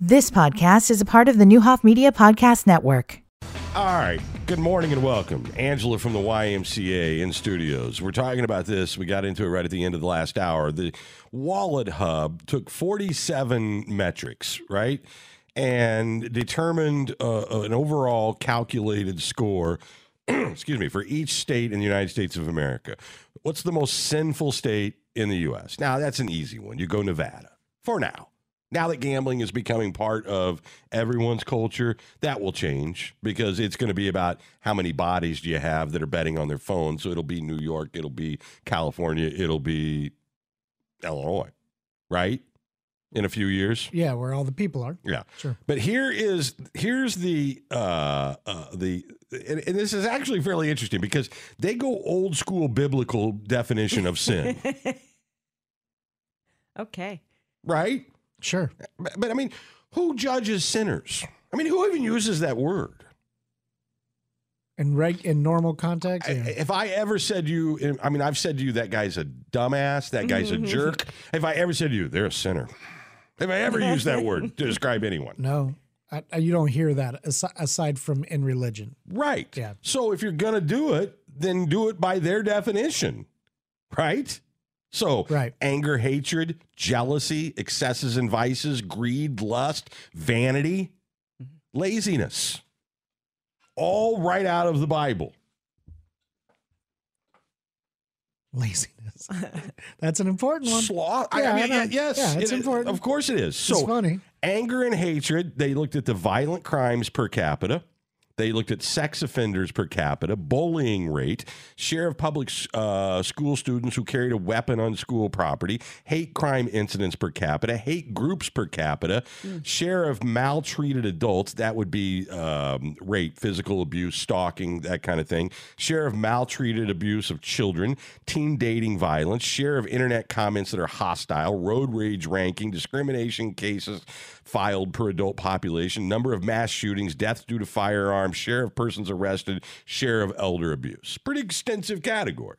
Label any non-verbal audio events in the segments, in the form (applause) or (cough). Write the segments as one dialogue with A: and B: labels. A: This podcast is a part of the Newhoff Media Podcast Network.
B: All right. Good morning and welcome. Angela from the YMCA in studios. We're talking about this. We got into it right at the end of the last hour. The Wallet Hub took 47 metrics, right? And determined uh, an overall calculated score, (clears throat) excuse me, for each state in the United States of America. What's the most sinful state in the U.S.? Now, that's an easy one. You go Nevada for now. Now that gambling is becoming part of everyone's culture, that will change because it's going to be about how many bodies do you have that are betting on their phone. So it'll be New York, it'll be California, it'll be Illinois, right? In a few years.
C: Yeah, where all the people are.
B: Yeah.
C: Sure.
B: But here is here's the uh, uh the and, and this is actually fairly interesting because they go old school biblical definition of sin,
D: okay.
B: right?
C: Sure.
B: But, but I mean, who judges sinners? I mean, who even uses that word?
C: In reg in normal context.
B: I-
C: Yeah.
B: If I ever said to you, I mean, I've said to you that guy's a dumbass, that guy's
C: Mm-hmm.
B: a jerk. If I ever said to you, they're a sinner. If I ever used that word to describe anyone,
C: no. I, I, you don't hear that asi- aside from in religion.
B: right?
C: Yeah.
B: So if you're gonna do it, then do it by their definition, right? So (laughs)
C: Right.
B: anger, hatred, jealousy, excesses and vices, greed, lust, vanity,
C: Mm-hmm.
B: laziness, all right out of the Bible.
C: Laziness. (laughs) That's an important one.
B: Sloth. I- I,
C: Yeah, I
B: mean,
C: know.
B: yeah, yes,
C: Yeah, it's
B: it-
C: important.
B: Of course, it is. So
C: it's funny.
B: anger and hatred. They looked at the violent crimes per capita. They looked at sex offenders per capita, bullying rate, share of public uh, school students who carried a weapon on school property, hate crime incidents per capita, hate groups per capita, share of maltreated adults. That would be um, rape, physical abuse, stalking, that kind of thing. Share of maltreated abuse of children, teen dating violence, share of internet comments that are hostile, road rage ranking, discrimination cases filed per adult population, number of mass shootings, deaths due to firearms, share of persons arrested, share of elder abuse. Pretty extensive category.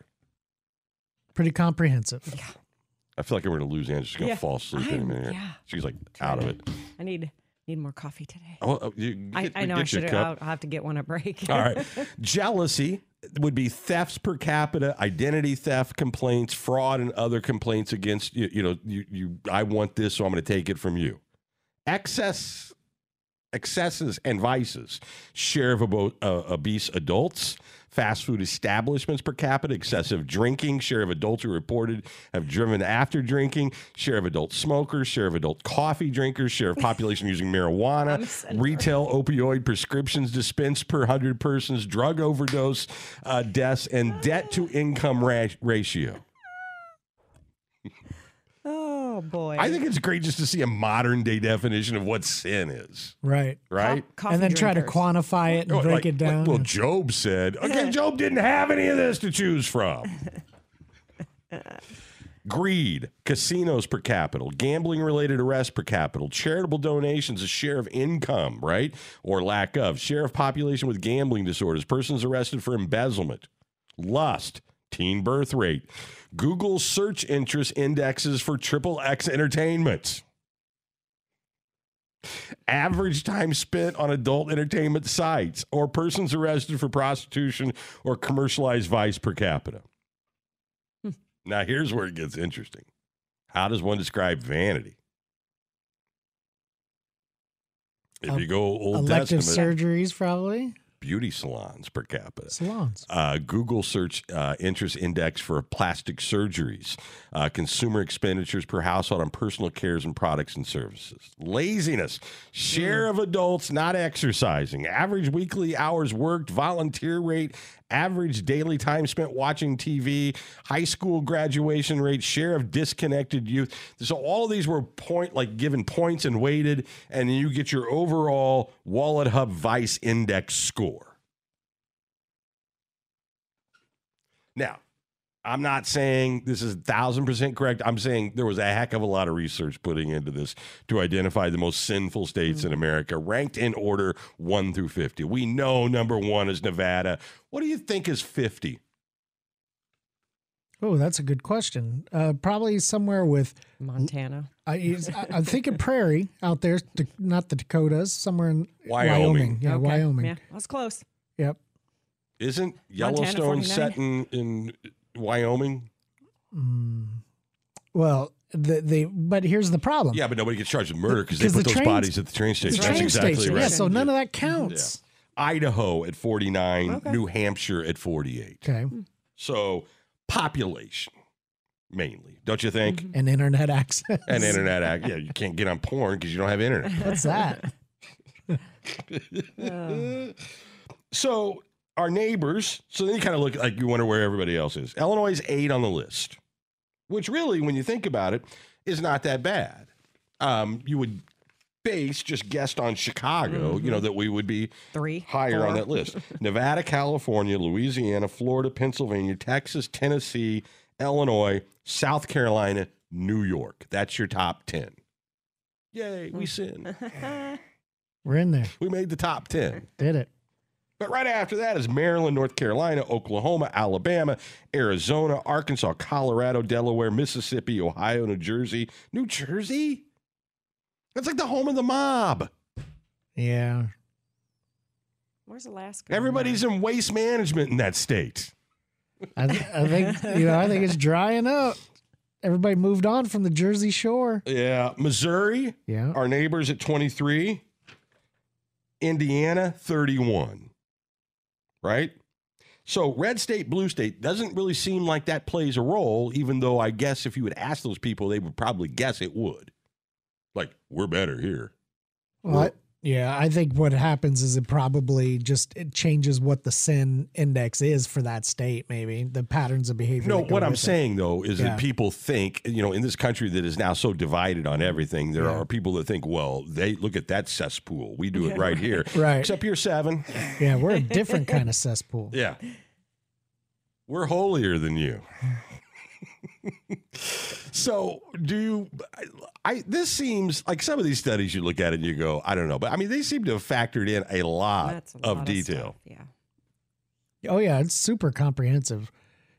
C: Pretty comprehensive.
B: I feel like I'm going to lose Angela. She's going to
D: Yeah.
B: fall asleep in a
D: I'm-
B: minute.
D: yeah.
B: She's like out of it.
D: I need need more coffee today.
B: Oh, oh, you get,
D: I, I know I
B: get your
D: should.
B: cup.
D: I'll, I'll have to get one at break.
B: All right. Jealousy would be thefts per capita, identity theft complaints, fraud, and other complaints against you. You know, you, you I want this, so I'm going to take it from you. Excess, excesses, and vices. Share of abo- uh, obese adults, fast food establishments per capita, excessive drinking. Share of adults who reported have driven after drinking. Share of adult smokers. Share of adult coffee drinkers. Share of population using marijuana. Retail opioid prescriptions dispensed per 100 persons, drug overdose uh, deaths, and debt to income ra- ratio.
D: (laughs) Oh boy.
B: I think it's great just to see a modern day definition of what sin is,
C: Right.
B: right?
D: coffee
C: and then try to
D: drinkers.
C: quantify it and
B: Oh,
C: break
B: like-
C: it down.
B: like- well, Job said, okay, Job didn't have any of this to choose
C: (laughs)
B: from. Greed, casinos per capita, gambling related arrests per capita, charitable donations, a share of income, right? Or lack of, share of population with gambling disorders, persons arrested for embezzlement, lust, teen birth rate, Google search interest indexes for triple X entertainment average time spent on adult entertainment sites, or persons arrested for prostitution or commercialized vice per capita. Now, here's where it gets interesting. How does one describe vanity? If
C: Um,
B: you go Old
C: Elective
B: Testament,
C: surgeries, probably.
B: beauty salons per capita
C: Salons.
B: uh, Google search uh, interest index for plastic surgeries, uh, consumer expenditures per household on personal cares and products and services, laziness, share of adults not exercising, average weekly hours worked, volunteer rate, average daily time spent watching TV, high school graduation rate, share of disconnected youth. So all of these were point like given points and weighted, and you get your overall Wallet Hub Vice Index score. Now, I'm not saying this is thousand percent correct. I'm saying there was a heck of a lot of research putting into this to identify the most sinful states
C: Mm.
B: in America, ranked in order one through 50. We know number one is Nevada. What do you think is 50?
C: Oh, that's a good question. Uh, probably somewhere with
D: Montana.
C: I, is- I- I'm thinking prairie out there, Da- not the Dakotas, somewhere in
B: Wyoming.
C: Yeah,
D: Okay.
C: Wyoming.
D: Yeah, I was close.
C: Yep.
B: Isn't
D: Montana
B: Yellowstone
D: 49?
B: set in, in Wyoming?
C: Well, the, they but here's the problem.
B: Yeah, but nobody gets charged with murder because they
C: 'Cause
B: put
C: Um, the
B: those
C: trains-
B: bodies at the train
C: The
B: station. That's
C: train
B: exactly
C: station.
B: right.
C: Yeah, so none of that counts.
B: Idaho at 49, New Hampshire at 48.
C: Okay.
B: So population mainly, don't you think?
C: And internet access. (laughs)
B: And internet, ac- yeah, you can't get on porn because you don't have internet.
C: What's that?
D: Uh,
B: So our neighbors. So then you kind of look like you wonder where everybody else is. Illinois is eight on the list, which really, when you think about it, is not that bad. Um, you would base just guessed on Chicago, you know, that we would be
D: Three.
B: higher on
D: four.
B: that list. Nevada, California, Louisiana, Florida, Pennsylvania, Texas, Tennessee, Illinois, South Carolina, New York. That's your top ten. Yay, we sin.
C: We're in there.
B: We made the top ten.
C: Did it.
B: But right after that is Maryland, North Carolina, Oklahoma, Alabama, Arizona, Arkansas, Colorado, Delaware, Mississippi, Ohio, New Jersey. New Jersey? That's like the home of the mob.
C: Yeah.
D: (laughs) Where's Alaska? on
B: Everybody's in waste management in that state.
C: I, th- I think you know. I think it's drying up. Everybody moved on from the Jersey Shore.
B: Yeah. Missouri,
C: Yeah.
B: our neighbors at 23. Indiana, 31. Right? So red state, blue state doesn't really seem like that plays a role, even though I guess if you would ask those people, they would probably guess it would. Like, we're better here.
C: Well, I- yeah, I think what happens is it probably just it changes what the sin index is for that state. Maybe the patterns of behavior.
B: No,
C: that go
B: what I'm
C: with it.
B: saying though is
C: Yeah.
B: that people think, you know, in this country that is now so divided on everything, there are people that think, well, they look at that cesspool. We do it right here.
C: (laughs) Right.
B: Except you're seven.
C: Yeah, we're a different kind of cesspool.
B: Yeah. We're holier than you. so, do you I, I this seems like some of these studies you look at and you go, I don't know, but I mean they seem to have factored in a lot
D: That's a
B: of
D: lot
B: detail.
D: stuff, Yeah.
C: Oh yeah, it's super comprehensive.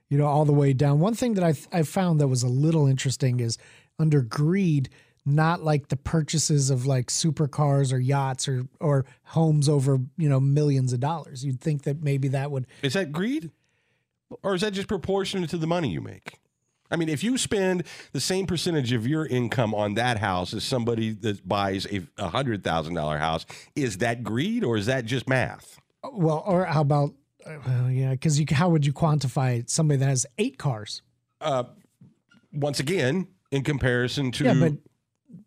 C: You know, all the way down. One thing that I I found that was a little interesting is under greed, not like the purchases of like supercars or yachts or or homes over you know millions of dollars. You'd think that maybe that would
B: Is that greed? Or is that just proportionate to the money you make? I mean, if you spend the same percentage of your income on that house as somebody that buys a a hundred thousand dollar house, is that greed or is that just math?
C: well or how about uh, well yeah because you how would you quantify somebody that has eight cars?
B: Once again, in comparison to
C: Yeah, but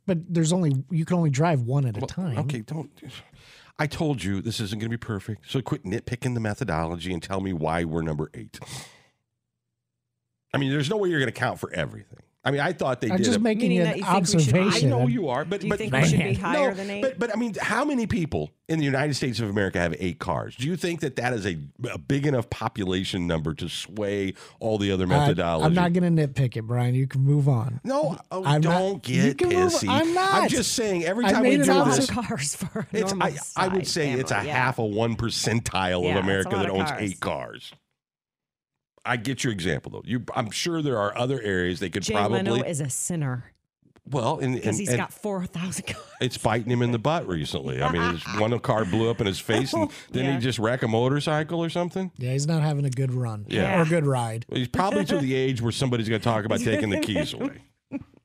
C: but there's only you can only drive one at a time.
B: Okay, don't. I told you this isn't going to be perfect. So quit nitpicking the methodology and tell me why we're number eight. I mean, there's no way you're going to count for everything. I mean, I thought they
C: I'm
B: did.
C: just
B: a-
C: making
D: Meaning
C: an
D: that you think we should- I
B: I
C: observation.
B: know you are, but
D: Do you
B: but
D: think we should be
C: Man.
B: (laughs)
D: higher
B: no,
D: than eight?
B: But but I mean, how many people in the United States of America have eight cars? Do you think that that is a, a big enough population number to sway all the other
C: I-
B: methodology?
C: Uh, I'm not going to nitpick it, Brian. You can move on.
B: No, oh,
C: I'm not-
B: don't
C: you
B: get
C: can move-
B: pissy.
C: I'm
B: I'm
C: not.
B: just saying. Every
C: I
B: time we
C: made
B: do
C: an
D: It's a lot
B: this,
D: of cars for a
B: It's
D: normal
B: I, I would
D: size
B: say it's a
D: family, yeah.
B: half a one percentile
D: Yeah,
B: of
D: it's a
B: America
D: lot
B: that
D: of
B: owns
D: cars.
B: eight cars. I get your example though. You, I'm sure there are other areas they could
D: Jay
B: probably
D: Leno is a sinner
B: well, and, and,
D: because he's
B: and
D: got four thousand cars.
B: it's biting him in the butt recently. I mean,
D: (laughs)
B: his, one car blew up in his face, and then
D: Yeah.
B: he just wreck a motorcycle or something.
C: Yeah, he's not having a good run
B: Yeah.
C: or a good ride.
B: He's probably to the age where somebody's going to talk about taking the keys
D: (laughs)
B: away,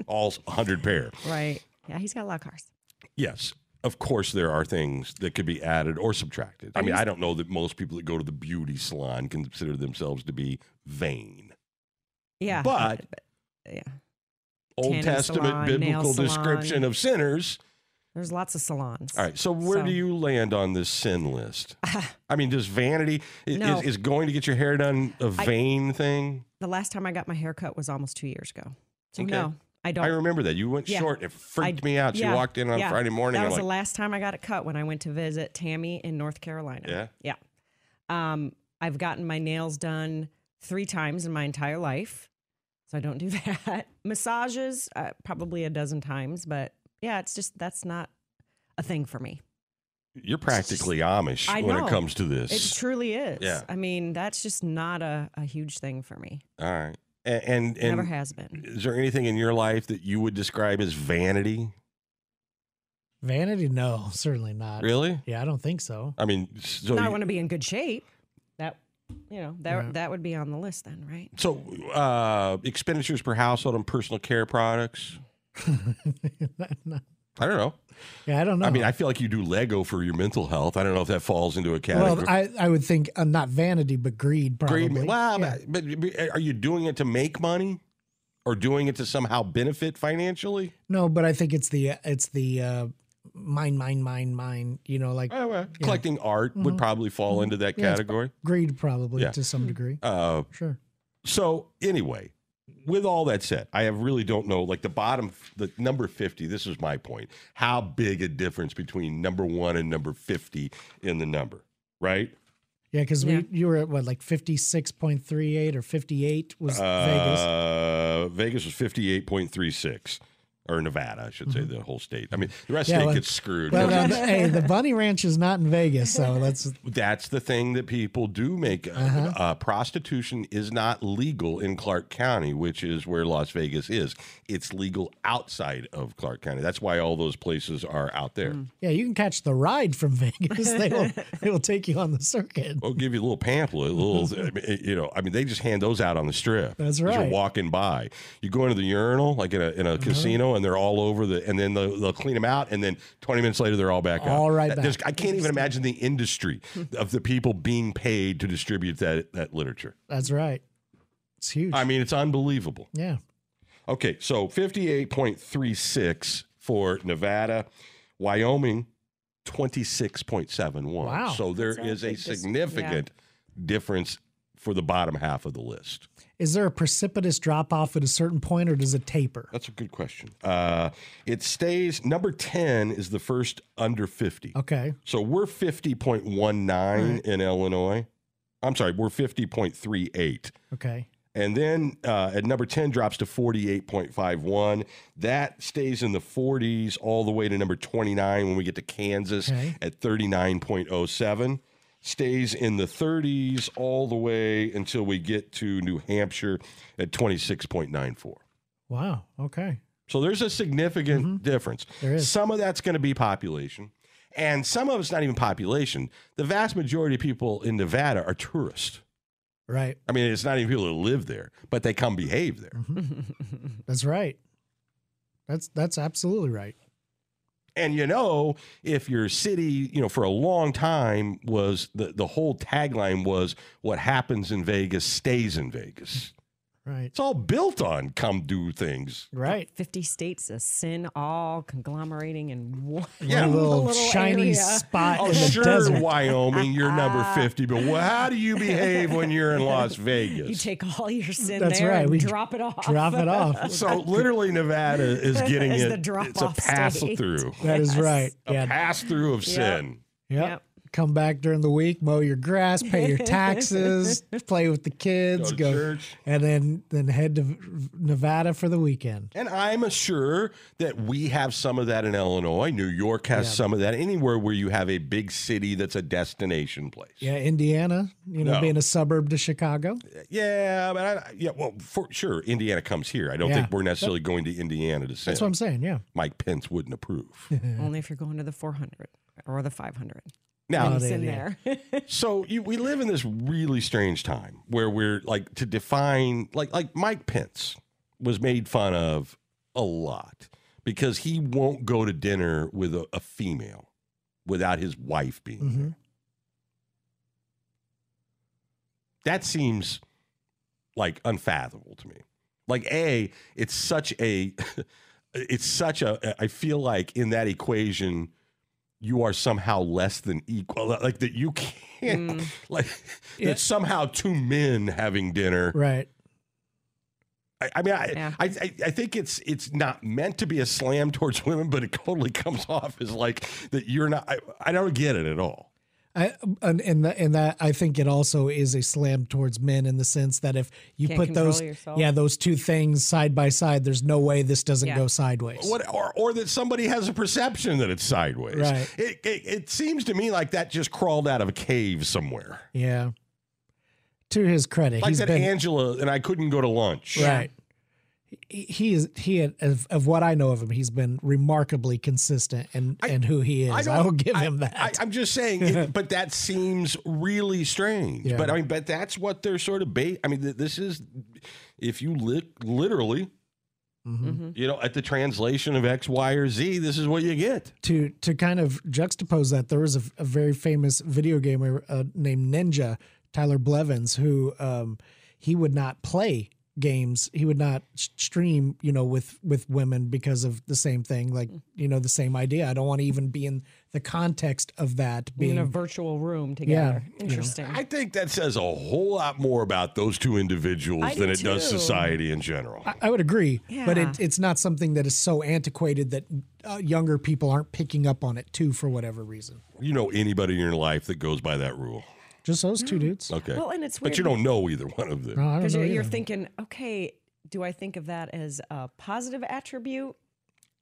B: all hundred pair.
D: Right. Yeah, he's got a lot of cars.
B: Yes. Of course, there are things that could be added or subtracted. I mean, I don't know that most people that go to the beauty salon consider themselves to be vain.
D: Yeah.
B: But-
D: yeah.
B: Old
D: Tanning
B: Testament
D: salon,
B: biblical
D: nail salon.
B: description of sinners.
D: There's lots of salons.
B: All right. So, where
D: So-
B: do you land on this sin
D: (laughs)
B: list? I mean, does vanity i-
D: No.
B: is, is going to get your hair done a vain thing?
D: The last time I got my hair cut was almost two years ago. So
B: Okay.
D: no, I don't.
B: I remember that you went
D: Yeah.
B: short. It freaked
D: I-
B: me out. She
D: yeah,
B: walked in on
D: yeah.
B: Friday morning.
D: That
B: I'm
D: was the
B: like,
D: last time I got it cut when I went to visit Tammy in North Carolina. Yeah. Yeah. Um, I've gotten my nails done three times in my entire life. So I don't do (laughs) that. Massages, uh, probably a dozen times. But yeah, it's just that's not a thing for me.
B: you're practically Amish
D: I
B: when it
D: know.
B: comes to this.
D: It truly is.
B: Yeah.
D: I mean, that's just not a, a huge thing for me.
B: All right. And and, and
D: Never has been.
B: is there anything in your life that you would describe as vanity?
C: Vanity? No, (laughs) certainly not.
B: Really?
C: Yeah, I don't think so. (laughs)
B: I mean, so
D: No, I
B: you-
D: want to be in good shape. That you know that
C: Yeah.
D: that would be on the list then, right?
B: so uh, expenditures per household on personal care products. I don't know.
C: yeah, I don't know.
B: I mean, I feel like you do Lego for your mental health. I don't know if that falls into a category.
C: well, I, I would think uh, not vanity, but greed, probably.
B: Greed- well,
C: Yeah.
B: but, but uh, are you doing it to make money, or doing it to somehow benefit financially?
C: No, but I think it's the it's the uh, mine, mine, mine, mine. You know, like
B: Eh, well, Collecting art would probably fall into that
C: Mm-hmm. Yeah, it's-
B: category.
C: greed, probably
B: Yeah.
C: to some degree.
B: Uh,
C: Sure.
B: so anyway, with all that said, I have really don't know. Like the bottom, the number fifty. This is my point. How big a difference between number one and number fifty in the number, right?
C: Yeah, because
D: Yeah.
C: we you were at what like fifty six point three eight or fifty eight was Vegas.
B: Uh, Vegas was fifty-eight point three six, or Nevada, I should say, the whole state. I mean, the rest
C: Mm-hmm.
B: of the
C: Yeah, well-
B: state gets screwed. (laughs)
C: Well,
B: because
C: uh, hey, the Bunny Ranch is not in Vegas, so let's.
B: that's the thing that people do make. uh
C: Uh-huh.
B: Uh, prostitution is not legal in Clark County, which is where Las Vegas is. It's legal outside of Clark County. That's why all those places are out there.
C: Yeah, you can catch the ride from (laughs) Vegas. They
D: (laughs)
C: will they will take you on the circuit.
B: I'll give you a little pamphlet, a
C: (laughs)
B: little, I mean, you know. I mean, they just hand those out on the strip.
C: That's
B: as You're
C: right. Uh-huh.
B: walking by, you go into the urinal, like in a in a casino, and they're all over the, and then they'll, they'll clean them out, and then 20 minutes later they're all back out.
C: All right
B: That-
C: back. Hmm.
B: there's- I can't even imagine the industry of the people being paid to distribute that that literature.
C: That's right. It's huge.
B: I mean, it's unbelievable.
C: yeah.
B: Okay, so 58.36 for Nevada, Wyoming 26.71.
C: Wow.
B: So there
D: That's a
B: is a
D: big dis- yeah.
B: significant difference for the bottom half of the list.
C: Is there a precipitous drop off at a certain point, or does it taper?
B: That's a good question. Uh, it stays number 10 is the first under 50.
C: Okay.
B: So we're 50.19 in Illinois. I'm sorry, we're 50.38.
C: Okay.
B: And then uh, at number 10 drops to 48.51. That stays in the 40s all the way to number 29 when we get to Kansas
C: Okay.
B: at 39.07. Stays in the 30s all the way until we get to New Hampshire at 26.94.
C: Wow. Okay.
B: So there's a significant difference.
C: Mm-hmm. There is.
B: Some of that's going to be population, and some of it's not even population. The vast majority of people in Nevada are tourists.
C: Right.
B: I mean, it's not even people who live there, but they come behave there.
C: That's right. That's that's absolutely right.
B: And you know, if your city, you know, for a long time was the, the whole tagline was what happens in Vegas stays in Vegas.
C: Right.
B: It's all built on come do
C: (laughs)
B: things.
C: Right.
D: Fifty states of sin, all conglomerating
B: (laughs)
D: in one
C: One
D: (laughs)
C: little,
D: little
C: shiny
D: area.
C: spot
B: Oh,
C: in the
B: sure,
C: desert.
B: Wyoming, you're number 50, but wh- how do you behave when you're in Las Vegas?
D: You take all your sin
C: That's
D: there
C: right,
D: and
C: we
D: drop it off.
C: Drop it off.
B: so literally Nevada is getting
D: It's
B: it.
D: the
B: it's
D: drop-off
B: a
D: state.
B: pass through.
C: That is right.
B: A
C: Yeah.
B: pass through of sin.
C: Yep.
D: Yep.
C: Come back during the week, mow your grass, pay your taxes,
D: (laughs)
C: play with the
B: Go
C: kids,
B: to
C: go,
B: church.
C: and then then head to Nevada for the weekend.
B: And I'm sure that we have some of that in Illinois. New York has some of that. Anywhere where you have a big city that's a destination place.
C: Yeah, Indiana, you know,
B: No.
C: being a suburb to Chicago.
B: Yeah, but I, yeah, well, for sure, Indiana comes here. I don't
C: Yeah.
B: think we're necessarily going to Indiana to send.
C: That's what I'm saying. Yeah.
B: Mike Pence wouldn't approve.
D: Only if you're going to the 400 or the 500.
B: now,
C: Oh,
D: It's
C: there
D: in
C: it
D: there.
B: so you, we live in this really strange time where we're like to define like like Mike Pence was made fun of a lot because he won't go to dinner with a, a female without his wife being
C: hmm
B: there. That seems like unfathomable to me. Like a, it's such a, (laughs) it's such a. I feel like in that equation, you are somehow less than equal. Like that you can't.
D: Mm.
B: (laughs) Like
C: Yeah.
B: that somehow two men having dinner.
C: Right.
B: I, I mean, I,
D: Yeah.
B: I, I I think it's it's not meant to be a slam towards women, but it totally (laughs) comes off as like that you're not. I, I don't get it at all.
C: I, and and, that and that I think it also is a slam towards men in the sense that if you
D: Can't
C: put
D: control
C: those
D: yourself.
C: yeah those two things side by side, there's no way this doesn't
D: Yeah.
C: go sideways.
B: What or, or that somebody has a perception that it's sideways.
C: Right.
B: It, it it seems to me like that just crawled out of a cave somewhere.
C: Yeah, to his credit,
B: Like
C: he's
B: that
C: been
B: Angela and I couldn't go to lunch.
C: right. He, he is he of, of what I know of him, he's been remarkably consistent and
B: I-
C: and who he is. I,
B: don't-
C: will give
B: I-
C: him
B: I,
C: that.
B: I'm just saying,
C: (laughs)
B: it, but that seems really strange.
C: Yeah.
B: But I mean, but that's what they're sort of bait. I mean, th- this is if you li- literally,
C: Mhm.
D: Mm-hmm.
B: you know, at the translation of X, Y, or Z, this is what you get.
C: to to kind of juxtapose that, there was a, a very famous video gamer uh, named Ninja Tyler Blevins who um, he would not play games. He would not s- stream, you know, with with women because of the same thing, like
B: Mm.
C: you know, the same idea. I don't want to even be in the context of that
D: (laughs) in a
C: being.
D: virtual room together. Interesting.
B: I think that says a whole lot more about those two individuals
D: I
B: than
D: do
B: it does
D: too.
B: society in general.
C: I- I would agree, but
D: Yeah.
C: it, it's not something that is so antiquated that uh, younger people aren't picking up on it too for whatever reason.
B: you know anybody in your life that goes by that rule.
C: Just those two dudes.
B: Okay.
D: Well, and it's weird
B: but you don't know either one of them.
C: No, I don't
D: because
C: know
D: you're,
C: either.
D: you're thinking, okay, do I think of that as a positive attribute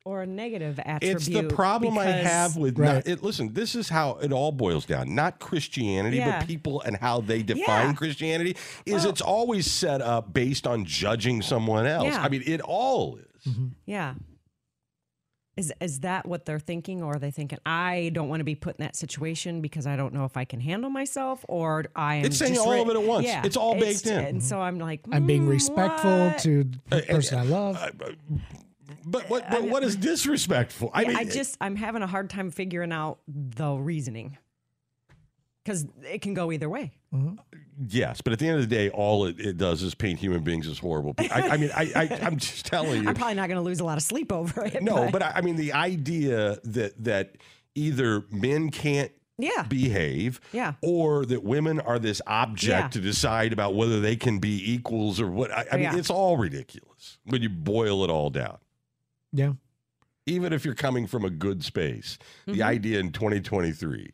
D: or a negative attribute?
B: It's the problem I
D: Because-
B: have with
C: Right.
B: not, it, listen. This is how it all boils down. Not Christianity,
D: Yeah.
B: but people and how they define
D: Yeah.
B: Christianity is it's always set up based on judging someone else.
D: Yeah.
B: I mean, it all is.
D: Yeah. Is is that what they're thinking, or are they thinking I don't want to be put in that situation because I don't know if I can handle myself, or I am?
B: It's saying
D: just
B: all
D: re-
B: of it at once. It's all baked in.
D: and so I'm like,
C: I'm being
D: "Mm,
C: respectful
D: what?"
C: to the person I love.
B: But what? But what is disrespectful? I
D: Yeah,
B: mean,
D: I just I'm having a hard time figuring out the reasoning because it can go either way.
B: yes. But at the end of the day, all it, it does is paint human beings as horrible. people. I, I mean, I, I I'm just telling you.
D: (laughs) I'm probably not going to lose a lot of sleep over it.
B: no, but I, I mean the idea that that either men can't
D: yeah,
B: behave
D: Yeah.
B: or that women are this object
D: Yeah.
B: to decide about whether they can be equals or what i, I mean
D: Yeah.
B: it's all ridiculous when you boil it all down
C: Yeah.
B: even if you're coming from a good space the idea in 2023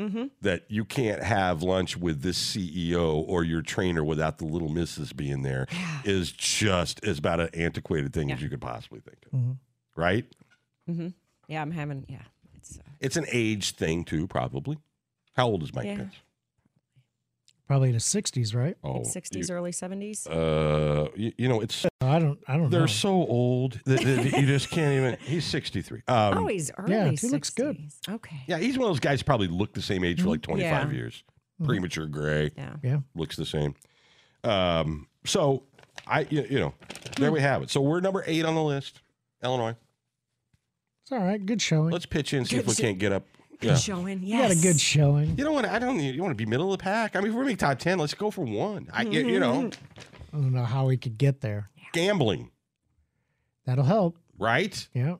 D: mm-hmm.
B: that you can't have lunch with this ceo or your trainer without the little missus being there is just as about an antiquated thing as you could possibly think of right
D: Mm-hmm. yeah, I'm having yeah. It's uh,
B: it's an age thing too probably how old is mike
D: Yeah.
B: pence
C: Probably in the 60s, right?
B: oh
D: 60s, early 70s.
B: uh you, you know it's
C: I don't. I don't
B: They're
C: know.
B: so old that, that you just can't even. He's 63. Um,
D: oh, he's early.
C: yeah, he
D: 60s.
C: looks good.
D: Okay.
B: yeah, he's one of those guys probably looked the same age for like 25
D: Mm-hmm. Yeah. Mm-hmm.
B: years. Premature gray,
D: Yeah.
C: Yeah.
B: looks the same. Um, so, I you, you know,
D: Hmm.
B: there we have it. So we're number eight on the list, Illinois.
C: It's all right. Good showing.
B: Let's pitch in, see if we
D: Good sh-
B: can't get up.
D: Good
B: Yeah.
D: (laughs) showing.
C: you
D: Yes.
C: got a good showing.
B: You don't want to, I don't, you want to be middle of the pack. I mean, if we're making top 10, let's go for one. I, you, you know,
D: Mm-hmm.
C: I don't know how we could get there.
B: gambling,
C: That'll help.
B: right?
C: Yeah.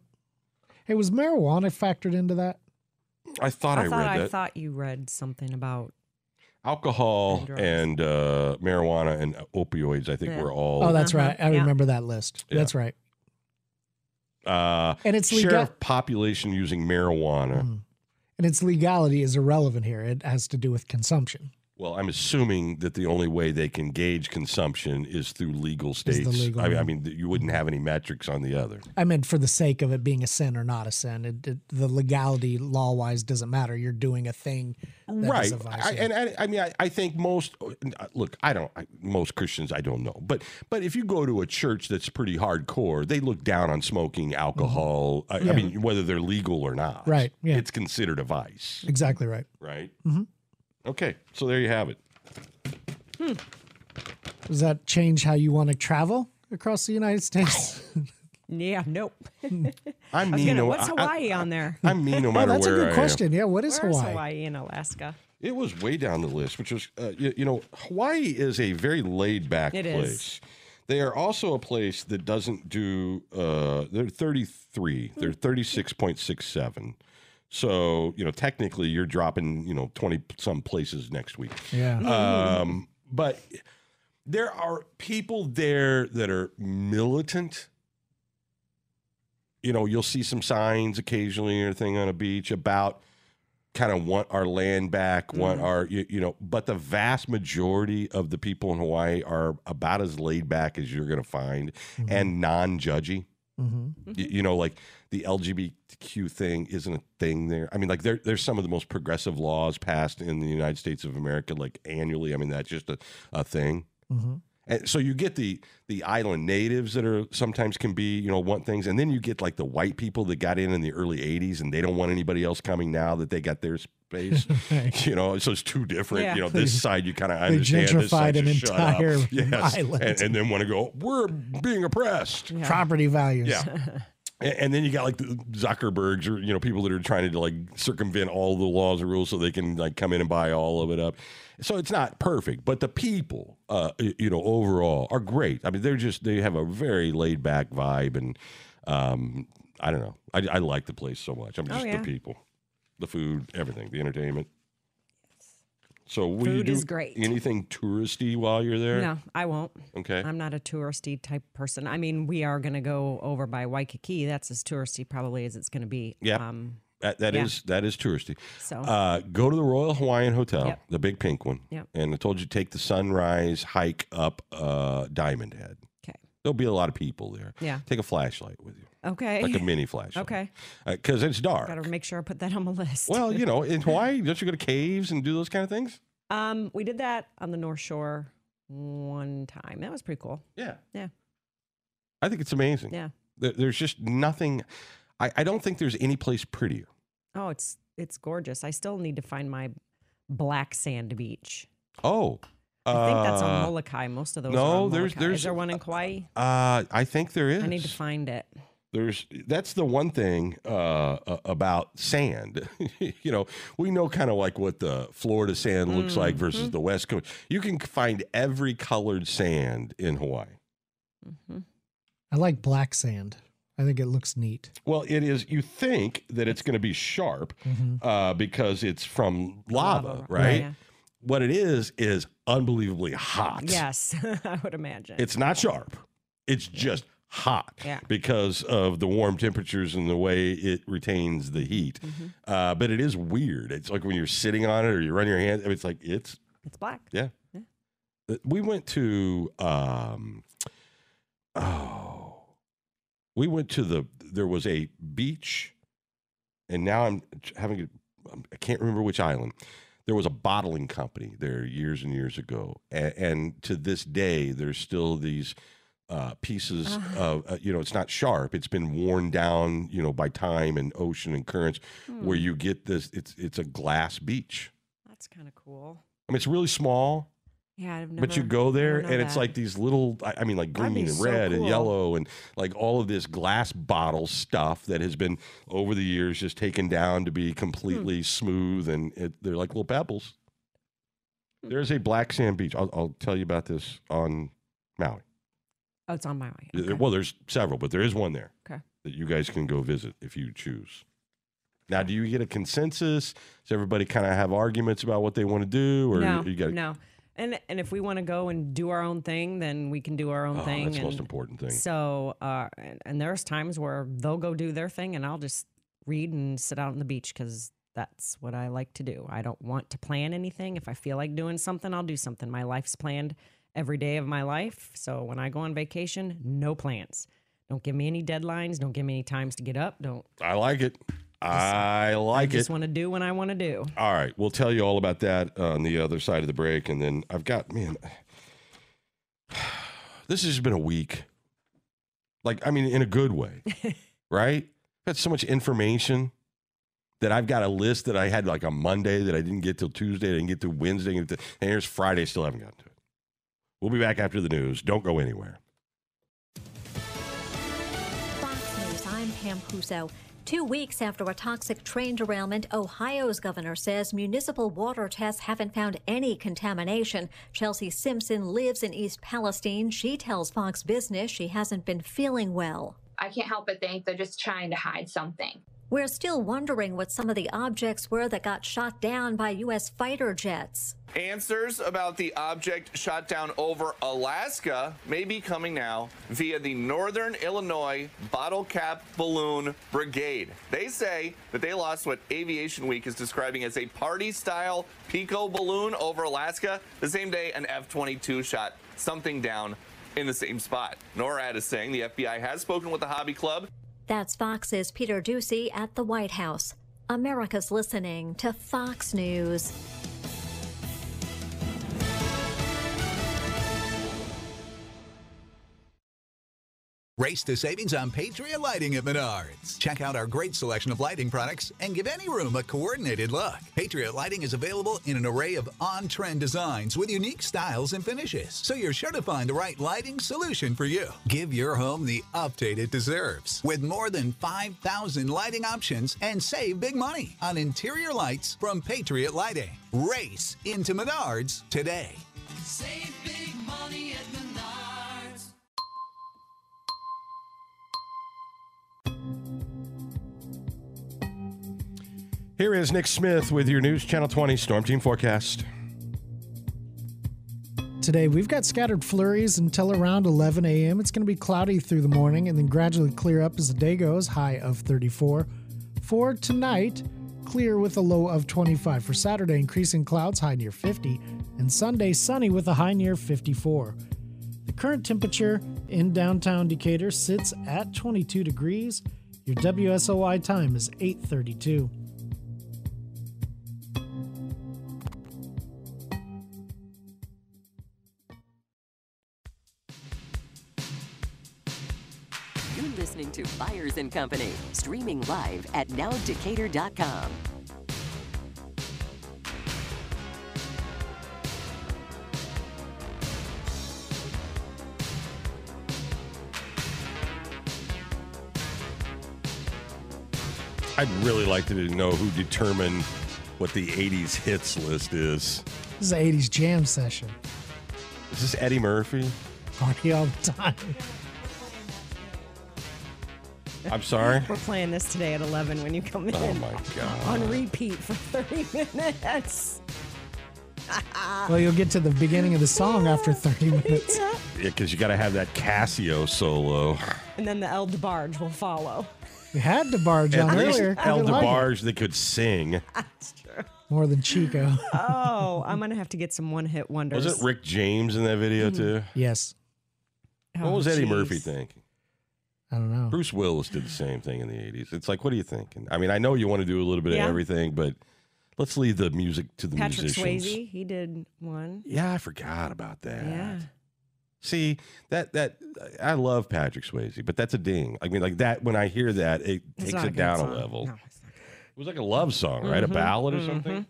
C: Hey, was marijuana factored into that?
B: I thought I,
D: I thought
B: read
D: I
B: that.
D: thought you read something about
B: Alcohol
D: And drugs.
B: and uh, marijuana and opioids, I think
D: Yeah.
B: we're all.
C: Oh, that's
D: Uh-huh.
C: right. I
D: Yeah.
C: remember that list.
B: Yeah.
C: That's right.
B: uh,
C: And it's
B: share
C: legal.
B: of population using marijuana.
C: Mm. And its legality is irrelevant here. It has to do with consumption.
B: Well, I'm assuming that the only way they can gauge consumption is through legal
C: the
B: states.
C: legal
B: I, mean, I
C: one.
B: mean, th- you wouldn't have any metrics on the other.
C: I meant for the sake of it being a sin or not a sin. It, it- the legality, law wise, doesn't matter. You're doing a thing. that is
B: right.
C: a vice.
B: I, and I, I mean, I, I think most uh, look. I don't. I, most Christians, I don't know, but but if you go to a church that's pretty hardcore, they look down on smoking alcohol. I, I
C: Mm-hmm. Yeah.
B: mean, whether they're legal or not,
C: Right, yeah. Mm-hmm.
B: It's considered a vice,
C: exactly right.
B: right? Okay, so there you have it.
C: Does that change how you want to travel across the United (laughs) States?
D: yeah. Nope.
B: I mean,
D: I was gonna, what's
B: I-
D: Hawaii on there?
B: I, am mean, no
C: (laughs) Oh,
B: matter
C: that's a
B: where
C: good
B: I am.
C: question. Yeah, what is
D: (laughs) Where's
C: Hawaii?
D: Hawaii and Alaska?
B: It was way down the list, which was, uh, you, you know, Hawaii is a very laid back
D: It
B: place.
D: is.
B: They are also a place that doesn't do, uh, they're 33, they're 36.67. So, you know, technically you're dropping, you know, 20 some places next week.
C: Yeah.
B: Um, but there are people there that are militant. You know, you'll see some signs occasionally or thing on a beach about kind of want our land back, want our you, you know, but the vast majority of the people in Hawaii are about as laid back as you're going to find and non-judgy.
C: hmm
B: Y- You know, like the LGBTQ thing isn't a thing there. I mean, like there, there's some of the most progressive laws passed in the United States of America, like annually. I mean, that's just a, a thing.
C: hmm
B: And so you get the the island natives that are sometimes can be you know want things, and then you get like the white people that got in in the early '80s, and they don't want anybody else coming now that they got their space.
C: (laughs) Right.
B: You know, so it's two different.
D: Yeah.
B: You know, this side you kind of
C: They
B: understand. This side
C: gentrified an
B: just shut up.
C: entire
B: (laughs) yes.
C: island.
B: and, and then want to go. We're being oppressed.
D: Yeah.
C: Property values.
B: Yeah.
D: (laughs)
B: And, and then you got like the Zuckerbergs or you know people that are trying to like circumvent all the laws and rules so they can like come in and buy all of it up. So it's not perfect, but the people, uh, y- you know, overall are great. I mean, they're just they have a very laid back vibe, and um, I don't know, I, I like the place so much. I'm
D: Oh,
B: just
D: yeah.
B: the people, the food, everything, the entertainment. So will you
D: Food
B: do
D: is great.
B: Anything touristy while you're there?
D: No, I won't.
B: Okay.
D: I'm not a touristy type person. I mean, we are going to go over by Waikiki. That's as touristy probably as it's going to be.
B: Yeah.
D: Um,
B: That, that
D: Yeah.
B: is- that is touristy.
D: so
B: Uh, go to the Royal Hawaiian Hotel,
D: Yep.
B: the big pink one.
D: Yep.
B: And I told you take the sunrise hike up uh, Diamond Head.
D: 'Kay.
B: There'll be a lot of people there.
D: Yeah.
B: Take a flashlight with you,
D: okay, (laughs)
B: like a mini flashlight.
D: okay.
B: Because it's dark.
D: Got to make sure I put that on the list.
B: Well, you know, in Hawaii, don't you go to caves and do those kind of things?
D: (laughs) um, we did that on the North Shore one time. That was pretty cool.
B: Yeah.
D: Yeah.
B: I think it's amazing.
D: Yeah.
B: There- There's just nothing. I, I don't think there's any place prettier.
D: Oh, it's it's gorgeous. I still need to find my black sand beach.
B: Oh.
D: I think that's
B: uh,
D: on Molokai. Most of those.
B: no,
D: are on
B: there's-
D: Molokai.
B: there's-
D: Is there one in Kauai?
B: Uh, I think there is.
D: I need to find it.
B: there's that's the one thing uh, a- about sand. (laughs) you know, we know kind of like what the Florida sand looks like
D: Mm-hmm.
B: versus the West Coast. You can find every colored sand in Hawaii.
D: Mhm.
C: I like black sand. I think it looks neat.
B: Well, it is. You think that it's going to be sharp uh, because it's from lava,
D: Mm-hmm. Lava,
B: right?
D: yeah.
B: What it is is unbelievably hot.
D: Yes, (laughs) I would imagine.
B: It's not sharp. It's just hot
D: Yeah.
B: because of the warm temperatures and the way it retains the heat.
D: Mm-hmm.
B: Uh, but it is weird. It's like when you're sitting on it or you run your hand. It's like it's
D: it's black.
B: yeah.
D: Yeah.
B: Uh, We went to um oh we went to the there was a beach and now I'm having a, I can't remember which island. There was a bottling company there years and years ago, and, and to this day, there's still these uh, pieces of uh, you know it's not sharp. It's been worn down, you know, by time and ocean and currents, where you get this. It's it's a glass beach.
D: Hmm, That's kind of cool.
B: I mean, it's really small,
D: Yeah, I've never.
B: but you go there and it's like these little, I I mean, like
D: That'd be
B: green and
D: so
B: red and
D: cool.
B: yellow and like all of this glass bottle stuff that has been over the years just taken down to
D: Hmm.
B: be completely smooth and it, they're like little pebbles.
D: Hmm.
B: There's a black sand beach. I'll, I'll tell you about this on Maui.
D: Oh, it's on my way.
B: There- Well, there's several, but there is one there
D: Okay.
B: that you guys can go visit if you choose. Now, do you get a consensus? Does everybody kind of have arguments about what they want to do, or
D: no,
B: you got
D: no. And and if we want to go and do our own thing, then we can do our own
B: Oh,
D: thing.
B: that's the
D: and
B: most important thing.
D: So, uh, and, and there's times where they'll go do their thing, and I'll just read and sit out on the beach because that's what I like to do. I don't want to plan anything. If I feel like doing something, I'll do something. My life's planned every day of my life. So when I go on vacation, no plans. Don't give me any deadlines. Don't give me any times to get up. Don't.
B: I like it. I
D: I
B: like it.
D: just want to do what I want to do.
B: all right, we'll tell you all about that on the other side of the break, and then I've got man, (sighs) this has been a week. Like I mean, in a good way, right? I've had so much information that I've got a list that I had like on Monday that I didn't get till Tuesday, I didn't get to Wednesday, didn't get to- and here's Friday, still haven't gotten to it. We'll be back after the news. Don't go anywhere.
E: Fox News, I'm Pam Puso. Two weeks after a toxic train derailment, Ohio's governor says municipal water tests haven't found any contamination. Chelsea Simpson lives in East Palestine. She tells Fox Business she hasn't been feeling well.
F: I can't help but think they're just trying to hide something.
E: We're still wondering what some of the objects were that got shot down by U.S. fighter jets.
G: Answers about the object shot down over Alaska may be coming now via the Northern Illinois Bottle Cap Balloon Brigade. They say that they lost what Aviation Week is describing as a party style Pico balloon over Alaska the same day an F 22 shot something down in the same spot. NORAD is saying the FBI has spoken with the Hobby Club
E: That's Fox's Peter Ducey at the White House. America's listening to Fox News.
H: Race to savings on Patriot Lighting at Menards. Check out our great selection of lighting products and give any room a coordinated look. Patriot Lighting is available in an array of on trend designs with unique styles and finishes, so you're sure to find the right lighting solution for you. Give your home the update it deserves with more than 5,000 lighting options and save big money on interior lights from Patriot Lighting. Race into Menards today.
I: Save big money at Menards.
B: Here is Nick Smith with your News Channel 20 Storm Team Forecast.
C: Today, we've got scattered flurries until around 11 a.m. It's going to be cloudy through the morning and then gradually clear up as the day goes, high of 34. For tonight, clear with a low of 25. For Saturday, increasing clouds, high near 50. And Sunday, sunny with a high near 54. The current temperature in downtown Decatur sits at 22 degrees. Your WSOI time is 832.
J: You're listening to Buyers and Company, streaming live at nowdecatur.com.
B: I'd really like to know who determined what the 80s hits list is.
C: This is the 80s jam session.
B: Is this Eddie Murphy?
C: Party all the time.
B: I'm
D: (laughs)
B: sorry.
D: We're playing this today at 11 when you come in.
B: Oh my God.
D: On repeat for 30 (laughs) minutes.
C: Well, you'll get to the beginning of the song after 30 minutes.
D: Yeah.
B: Because you got to have that Casio solo.
D: And then the El DeBarge will follow. (laughs)
C: We had to barge on earlier. I
B: El
C: didn't like it.
B: DeBarge that could sing.
D: That's true.
C: More than Chico.
B: (laughs)
D: Oh, I'm going to have to get some one hit wonders.
B: Was it Rick James in that
C: Hmm.
B: video too?
C: yes.
D: Oh,
B: What was Eddie
D: jeez.
B: Murphy think?
C: I don't know.
B: Bruce Willis did the same thing in the 80s. It's like, what are you thinking? I mean, I know you want to do a little bit
D: Yeah.
B: of everything, but let's leave the music to the
D: Patrick
B: musicians.
D: Swayze, he did one.
B: Yeah, I forgot about that.
D: Yeah.
B: See, that that I love Patrick Swayze, but that's a ding. I mean, like that when I hear that, it
D: It's
B: takes
D: not
B: it
D: good
B: down
D: song.
B: a level.
D: No,
B: It
D: it's not.
B: was like a love song, right? A
D: Mhm,
B: ballad or something.
D: mhm.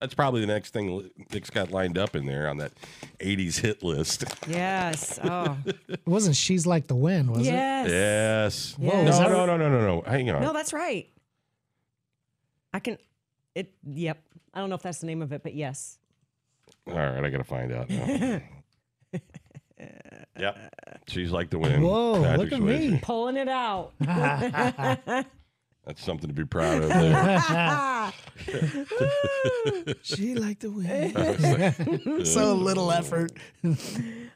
B: That's probably the next thing li- Nick's got lined up in there on that 80s hit
D: (laughs)
B: list. (laughs)
D: Yes. Oh,
C: It wasn't She's Like the Wind, was it?
D: yes.
B: Yes.
D: Whoa,
B: No,
D: is that-
B: no, no, no, no, no. Hang on.
D: No, that's right. I can. It. Yep. I don't know if that's the name of it, but yes.
B: All right, I gotta find out.
D: (laughs)
B: now. yep, she's like the wind.
C: Whoa, look at me.
B: Swayze.
D: Pulling
C: (laughs)
D: it out. (laughs)
B: That's something to be proud of. There. (laughs)
D: (laughs)
C: She Like the (laughs) Wind. so little effort.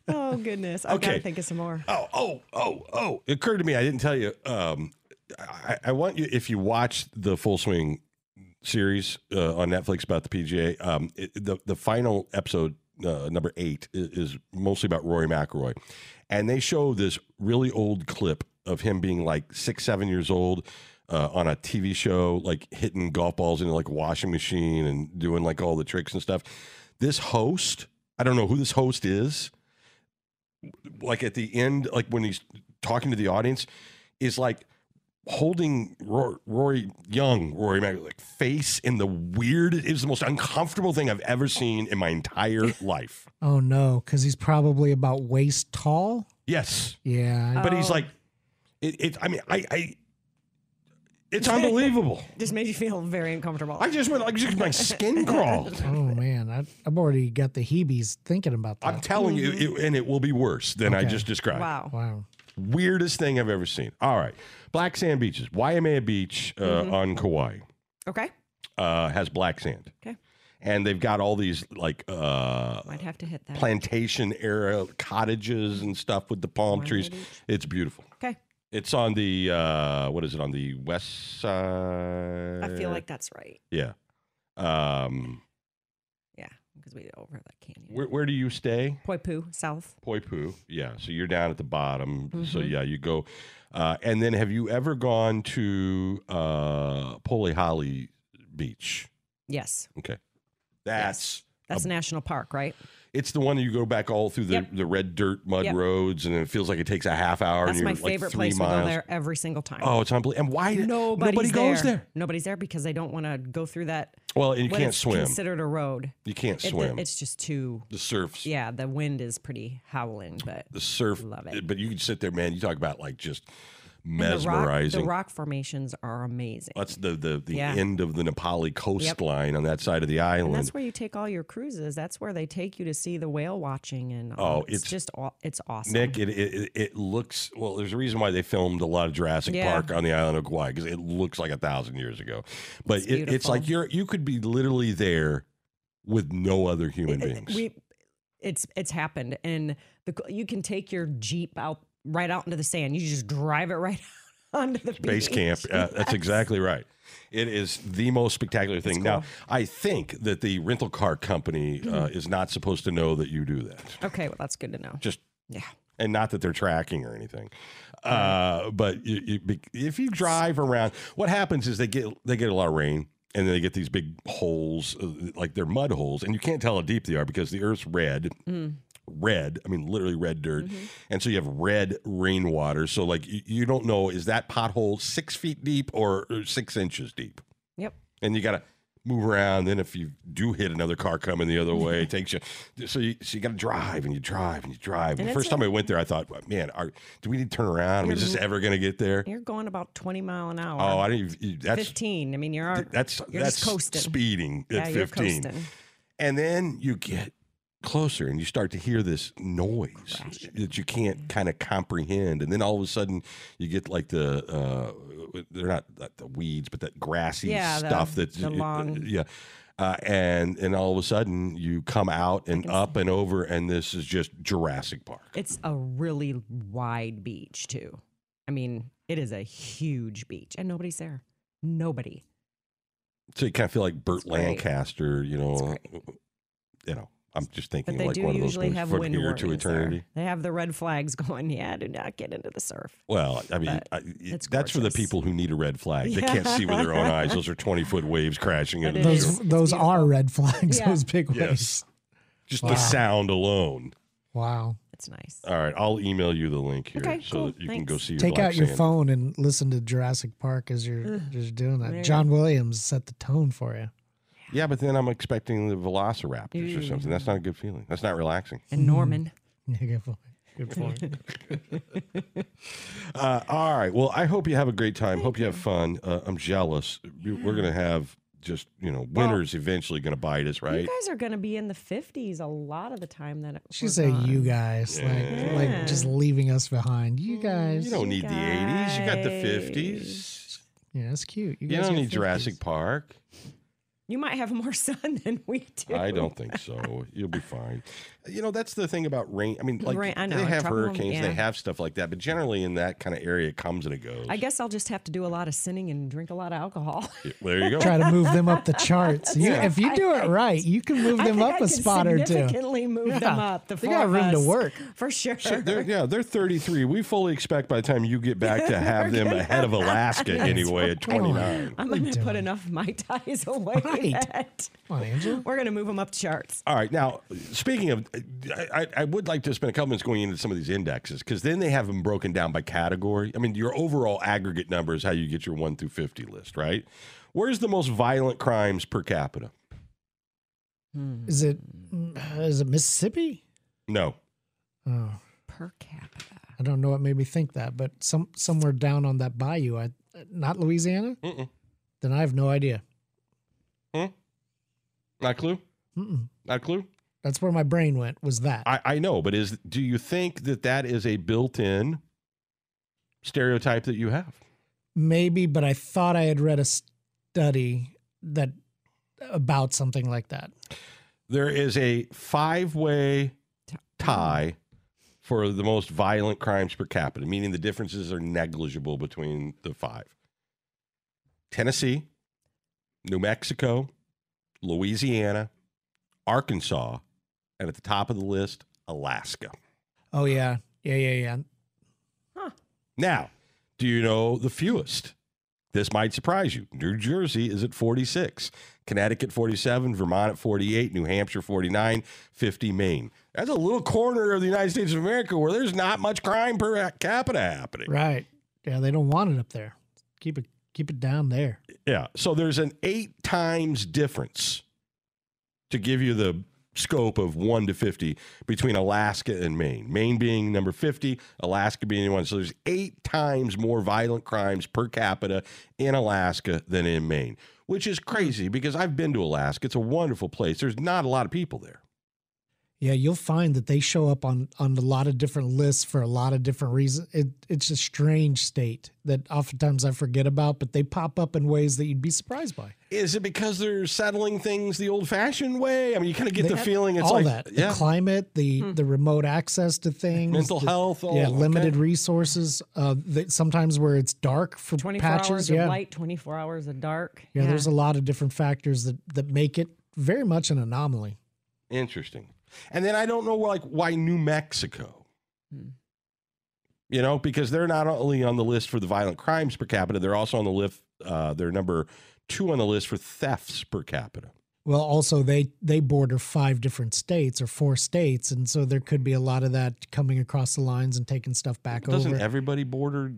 D: oh goodness. I
B: Okay.
D: gotta think of some more.
B: oh, oh, oh, oh! It occurred to me I didn't tell you. Um, I, I want you if you watch the Full Swing series uh, on Netflix about the PGA. Um, it, the the final episode uh, number eight i- is, mostly about Rory McIlroy, and they show this really old clip of him being like six, seven years old. Uh, on a TV show, like hitting golf balls into like a washing machine and doing like all the tricks and stuff. This host, I don't know who this host is, like at the end, like when he's talking to the audience, is like holding Rory, Rory Young, Rory Mac, like face in the weird. It was the most uncomfortable thing I've ever seen in my entire life.
C: Oh, no, because he's probably about waist tall.
B: Yes,
C: Yeah.
B: but he's
D: Oh.
B: like, it. it I mean, I, I. It's
D: (laughs)
B: unbelievable.
D: Just made you feel very uncomfortable.
B: I just went like just my skin
D: (laughs)
B: crawled.
C: I- oh, man. I, I've already got the heebies thinking about
B: I'm
C: that.
B: telling you, it, and it will be worse than I
C: Okay.
B: just described.
D: Mm-hmm. wow.
C: wow.
B: Weirdest thing I've ever seen. All right, black sand beaches, Waimea Beach uh,
D: Mm-hmm.
B: on Kauai.
D: Okay.
B: uh, has black sand.
D: Okay.
B: And they've got all these like uh,
D: Might have to hit that.
B: plantation era cottages and stuff with the palm
D: Waimea
B: trees.
D: Beach.
B: It's beautiful.
D: Okay.
B: It's on the uh, what is it on the west side? Uh,
D: I feel like that's right.
B: yeah. Um,
D: Yeah. because we over that canyon.
B: Where, where do you stay?
D: Poipu South.
B: Poipu. Yeah. So you're down at the bottom. So
D: Mhm.
B: yeah, you go. Uh, and then have you ever gone to uh, Polihali Beach?
D: Yes,
B: Okay. That's
D: that's a national park, right?
B: it's the one that you go back all through the,
D: Yep.
B: the red dirt mud
D: Yep.
B: roads and it feels like it takes a half hour and
D: That's
B: you're
D: my
B: like
D: favorite
B: three
D: place.
B: miles.
D: We go there every single time.
B: Oh, it's unbelievable. And why
D: Nobody's
B: nobody goes there?
D: Nobody's there because they don't want to go through that.
B: Well, and you
D: when
B: can't
D: it's
B: swim.
D: Considered a road.
B: You can't
D: It-
B: swim.
D: It's just too.
B: The surf's
D: Yeah, the wind is pretty howling, but
B: the surf
D: Love
B: it. but you can sit there, man. You talk about like just
D: and the rock-
B: mesmerizing.
D: The rock, formations are amazing.
B: That's the the, the
D: Yeah.
B: end of the Nepali coastline on that side of the
D: and
B: island.
D: that's where you take all your cruises. That's where they take you to see the whale watching and
B: Oh,
D: all. it's,
B: it's-
D: just all, it's awesome.
B: Nick, it, it it- it looks well. There's a reason why they filmed a lot of Jurassic
D: Yeah.
B: Park on the island of Kauai because it looks like a thousand years ago. But
D: It's
B: it, it's
D: beautiful.
B: like you're you could be literally there with no other human
D: It-
B: beings.
D: We, it's it's happened, and the co- you can take your jeep out right out into the sand. You just drive it (laughs) right out onto the
B: Base
D: beach.
B: camp. Uh, That's
D: Yes.
B: exactly right. It is the most spectacular thing. Now, I think that the rental car company
D: Mm-hmm.
B: uh, is not supposed to know that you do that.
D: Okay, well that's good to know.
B: Just
D: Yeah.
B: and not that they're tracking or anything. Uh, but you, you, be- if you drive around, what happens is they get they get a lot of rain, and then they get these big holes, uh, like they're mud holes, and you can't tell how deep they are because the earth's red. Red, I mean, literally red dirt, and so you have red rainwater. So, like, you, you don't know is that pothole six feet deep or, or six inches deep,
D: Yep.
B: and you gotta move around. Then, if you do hit another car coming the other
D: (laughs)
B: way, it takes you. So, you, so you gotta drive and you drive and you drive.
D: And
B: the
D: it's Mm-hmm.
B: first time I went there, I thought, man, are, do we need to turn around? Is this
D: You're-
B: ever gonna get there?
D: You're going about twenty mile an hour.
B: Oh, I didn't. even- That's
D: fifteen. I mean, you're already,
B: that's
D: you're
B: that's
D: just coasting.
B: speeding at
D: yeah, you're
B: 15.
D: coasting.
B: And then you get closer and you start to hear this noise that you can't kind of comprehend. And then all of a sudden you get like the, uh, they're not uh, the weeds, but that grassy
D: Yeah, the-
B: stuff that's,
D: the lawn.
B: yeah. Uh, and and all of a sudden you come out and up and over and this is just Jurassic Park.
D: It's a really wide beach too. I mean, it is a huge beach, and nobody's there. Nobody.
B: So you kind of feel like Bert
D: great.
B: Lancaster, you know, you know. I'm just thinking
D: But they
B: like
D: do
B: one of those
D: usually
B: movies,
D: have
B: from
D: wind
B: here
D: warnings
B: to
D: there.
B: eternity.
D: They have the red flags (laughs) going. Yeah, do not get into the surf.
B: Well, I mean,
D: But
B: I,
D: it's
B: that's for the
D: gorgeous.
B: people who need a red flag. They can't see with their own eyes. Those are 20 foot waves crashing into the
C: Those
B: shore.
C: those are red flags.
D: Yeah.
C: Those big waves.
B: Yes. Just
C: Wow.
B: the sound alone.
C: Wow.
D: It's nice.
B: All right. I'll email you the link here
D: Okay,
B: so
D: cool.
B: that you can go
D: Thanks.
B: see your
C: Take
B: black
C: out your
B: sand.
C: phone and listen to Jurassic Park as you're just doing
D: There you
C: that. John Williams set the tone for you. (laughs)
B: Yeah, but then I'm expecting the velociraptors or something. That's not a good feeling. That's not relaxing.
C: Mm-hmm.
D: And Norman.
C: Yeah, Good point. Good point.
B: Uh, all right. Well, I hope you have a great time. hope you have fun. Uh, I'm jealous. You- We're going to have just, you know, winter's eventually going to bite us, right?
D: You guys are going to be in the 50s a lot of the time that
C: She
D: we're
C: say
D: gone.
C: you guys,
B: Yeah.
C: like like just leaving us behind. You guys.
B: You don't need the 80s. You got the 50s.
C: Yeah, that's cute.
B: You,
C: guys
B: don't
C: got
B: need
C: 50s.
B: Jurassic Park.
D: You might have more (laughs) sun than we do.
B: I don't think so. You'll be fine. You know, that's the thing about rain. I mean, like
D: Rain- I know,
B: they have
D: tropical-
B: hurricanes, they
D: yeah.
B: have stuff like that, but generally in that kind of area, it comes and it goes.
D: I guess I'll just have to do a lot of sinning and drink a lot of
B: (laughs)
D: alcohol.
B: there
D: (laughs)
B: you go.
C: Try to move them up the charts. You, if you do it right, you can move
D: I
C: them
D: think
C: up
D: I
C: a
D: can
C: spot or two.
D: Significantly move them
C: Yeah.
D: up. The
C: They
D: four
C: got
D: of
C: room to
D: us,
C: work.
D: for sure.
B: Sure, they're, yeah, they're 33. We fully expect by the time you get
D: (laughs)
B: back to have them ahead of Alaska anyway at 29.
D: I'm
C: What are
D: going
C: you
D: to put
C: doing?
D: enough of my ties away.
C: Right.
D: yet.
C: Come on, Angela.
D: We're going to move them up the charts.
B: All right. Now, speaking of, I, I- I would like to spend a couple minutes going into some of these indexes because then they have them broken down by category. I mean, your overall aggregate number is how you get your 1 through 50 list, right? Where's the most violent crimes per capita?
C: Is it uh, is it Mississippi?
B: No.
C: Oh,
D: Per capita.
C: I don't know what made me think that, but some somewhere down on that bayou, I not Louisiana.
B: Mm-mm.
C: Then I have no idea.
B: Not a clue?
C: Mm-mm.
B: Not a clue?
C: That's where my brain went. Was that?
B: I, I know, but is do you think that that is a built in stereotype that you have?
C: Maybe, but I thought I had read a study that about something like that.
B: There is a five way tie for the most violent crimes per capita, meaning the differences are negligible between the five Tennessee, New Mexico, Louisiana, Arkansas, and at the top of the list, Alaska.
C: Oh yeah, yeah, yeah, yeah.
B: Now, do you know the fewest? This might surprise you. New Jersey is at 46, Connecticut 47, Vermont at 48, New Hampshire 49, 50 Maine. That's a little corner of the United States of America where there's not much crime per capita happening.
C: Right. Yeah, they don't want it up there. Keep it keep it down there.
B: Yeah. So there's an eight times difference to give you the scope of one to 50 between Alaska and Maine. Maine being number 50, Alaska being one. So there's eight times more violent crimes per capita in Alaska than in Maine, which is crazy because I've been to Alaska. It's a wonderful place. There's not a lot of people there.
C: Yeah, you'll find that they show up on on a lot of different lists for a lot of different reasons. It, it's a strange state that oftentimes I forget about, but they pop up in ways that you'd be surprised by.
B: Is it because they're settling things the old fashioned way? I mean, you kind of get
C: They-
B: the feeling it's
C: all
B: like
C: that
B: Yeah.
C: the climate, the
B: Hmm.
C: the remote access to things,
B: Mental
C: the-
B: health, all-
C: yeah,
B: okay.
C: limited resources. Uh, that sometimes where it's dark for
D: 24
C: patches,
D: hours
C: yeah,
D: of light, 24 hours of dark.
C: yeah, There's a lot of different factors that that make it very much an anomaly.
B: Interesting. And then I don't know like why New Mexico.
C: Hmm.
B: You know, because they're not only on the list for the violent crimes per capita, they're also on the list. Uh, they're number two on the list for thefts per capita.
C: Well, also they they border five different states or four states, and so there could be a lot of that coming across the lines and taking stuff back
B: Doesn't
C: over.
B: everybody border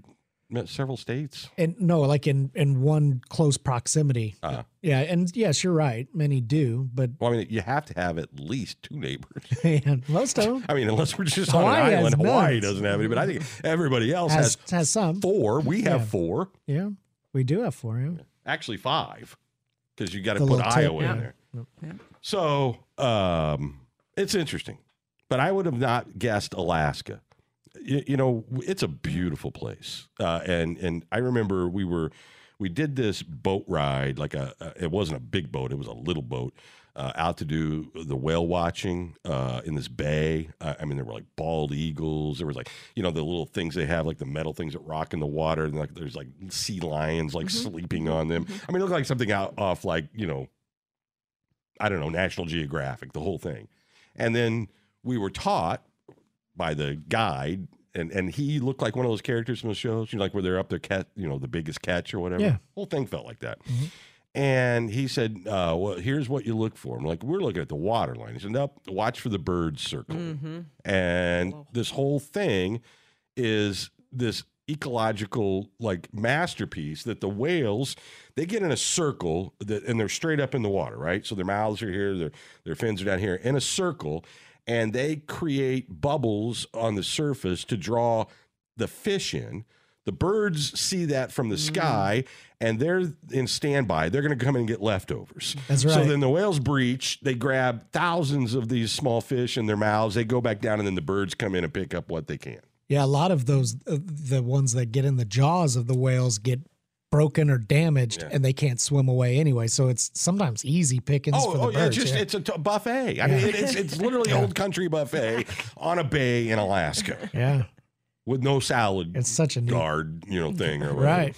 B: m- several states?
C: and no, like in in one close proximity.
B: Uh,
C: Yeah, and yes, you're right. Many do, but (laughs)
B: well, I mean, you have to have at least two neighbors.
C: man, most of them
B: I mean, unless we're just on
C: Hawaii
B: an
C: has
B: island. Hawaii
C: none.
B: doesn't have any, but I think everybody else
C: has,
B: has,
C: has some.
B: four. We have
C: Yeah.
B: four,
C: Yeah, we do have four. Yeah.
B: actually five, because you got to
C: The
B: put
C: little tip,
B: Iowa
C: yeah.
B: in there. So um, it's interesting, but I would have not guessed Alaska. You, you know, it's a beautiful place, uh, and and I remember we were we did this boat ride like a, a it wasn't a big boat it was a little boat uh, out to do the whale watching uh, in this bay uh, i mean there were like bald eagles there was like you know the little things they have like the metal things that rock in the water and like there's like sea lions like sleeping on them i mean it looked like something out off like you know I don't know, National Geographic, the whole thing. And then we were taught by the guide, and, and he looked like one of those characters from the shows, you know, like where they're up there, cat, you know, the biggest catch or whatever.
C: Yeah.
B: Whole thing felt like that. And he said, uh, well, here's what you look for. I'm like, we're looking at the water line. He said, nope, watch for the bird circle. And this whole thing is this ecological like masterpiece that the whales they get in a circle that, and they're straight up in the water, right? So their mouths are here, their their fins are down here in a circle, and they create bubbles on the surface to draw the fish in. The birds see that from the
C: Mm.
B: sky, and they're in standby. They're going to come in and get leftovers.
C: That's
B: So
C: right.
B: then the whales breach. They grab thousands of these small fish in their mouths. They go back down, and then the birds come in and pick up what they can.
C: Yeah, a lot of those, uh, the ones that get in the jaws of the whales get broken or damaged, and they can't swim away anyway. So it's sometimes easy pickings
B: Oh,
C: for the
B: oh yeah,
C: birds.
B: just
C: yeah.
B: it's a t- buffet. I mean,
C: Yeah.
B: it, it's
C: (laughs)
B: it's literally old country buffet on a bay in Alaska
C: Yeah,
B: with no salad
C: it's such a neat,
B: guard, you know, thing or whatever.
C: right.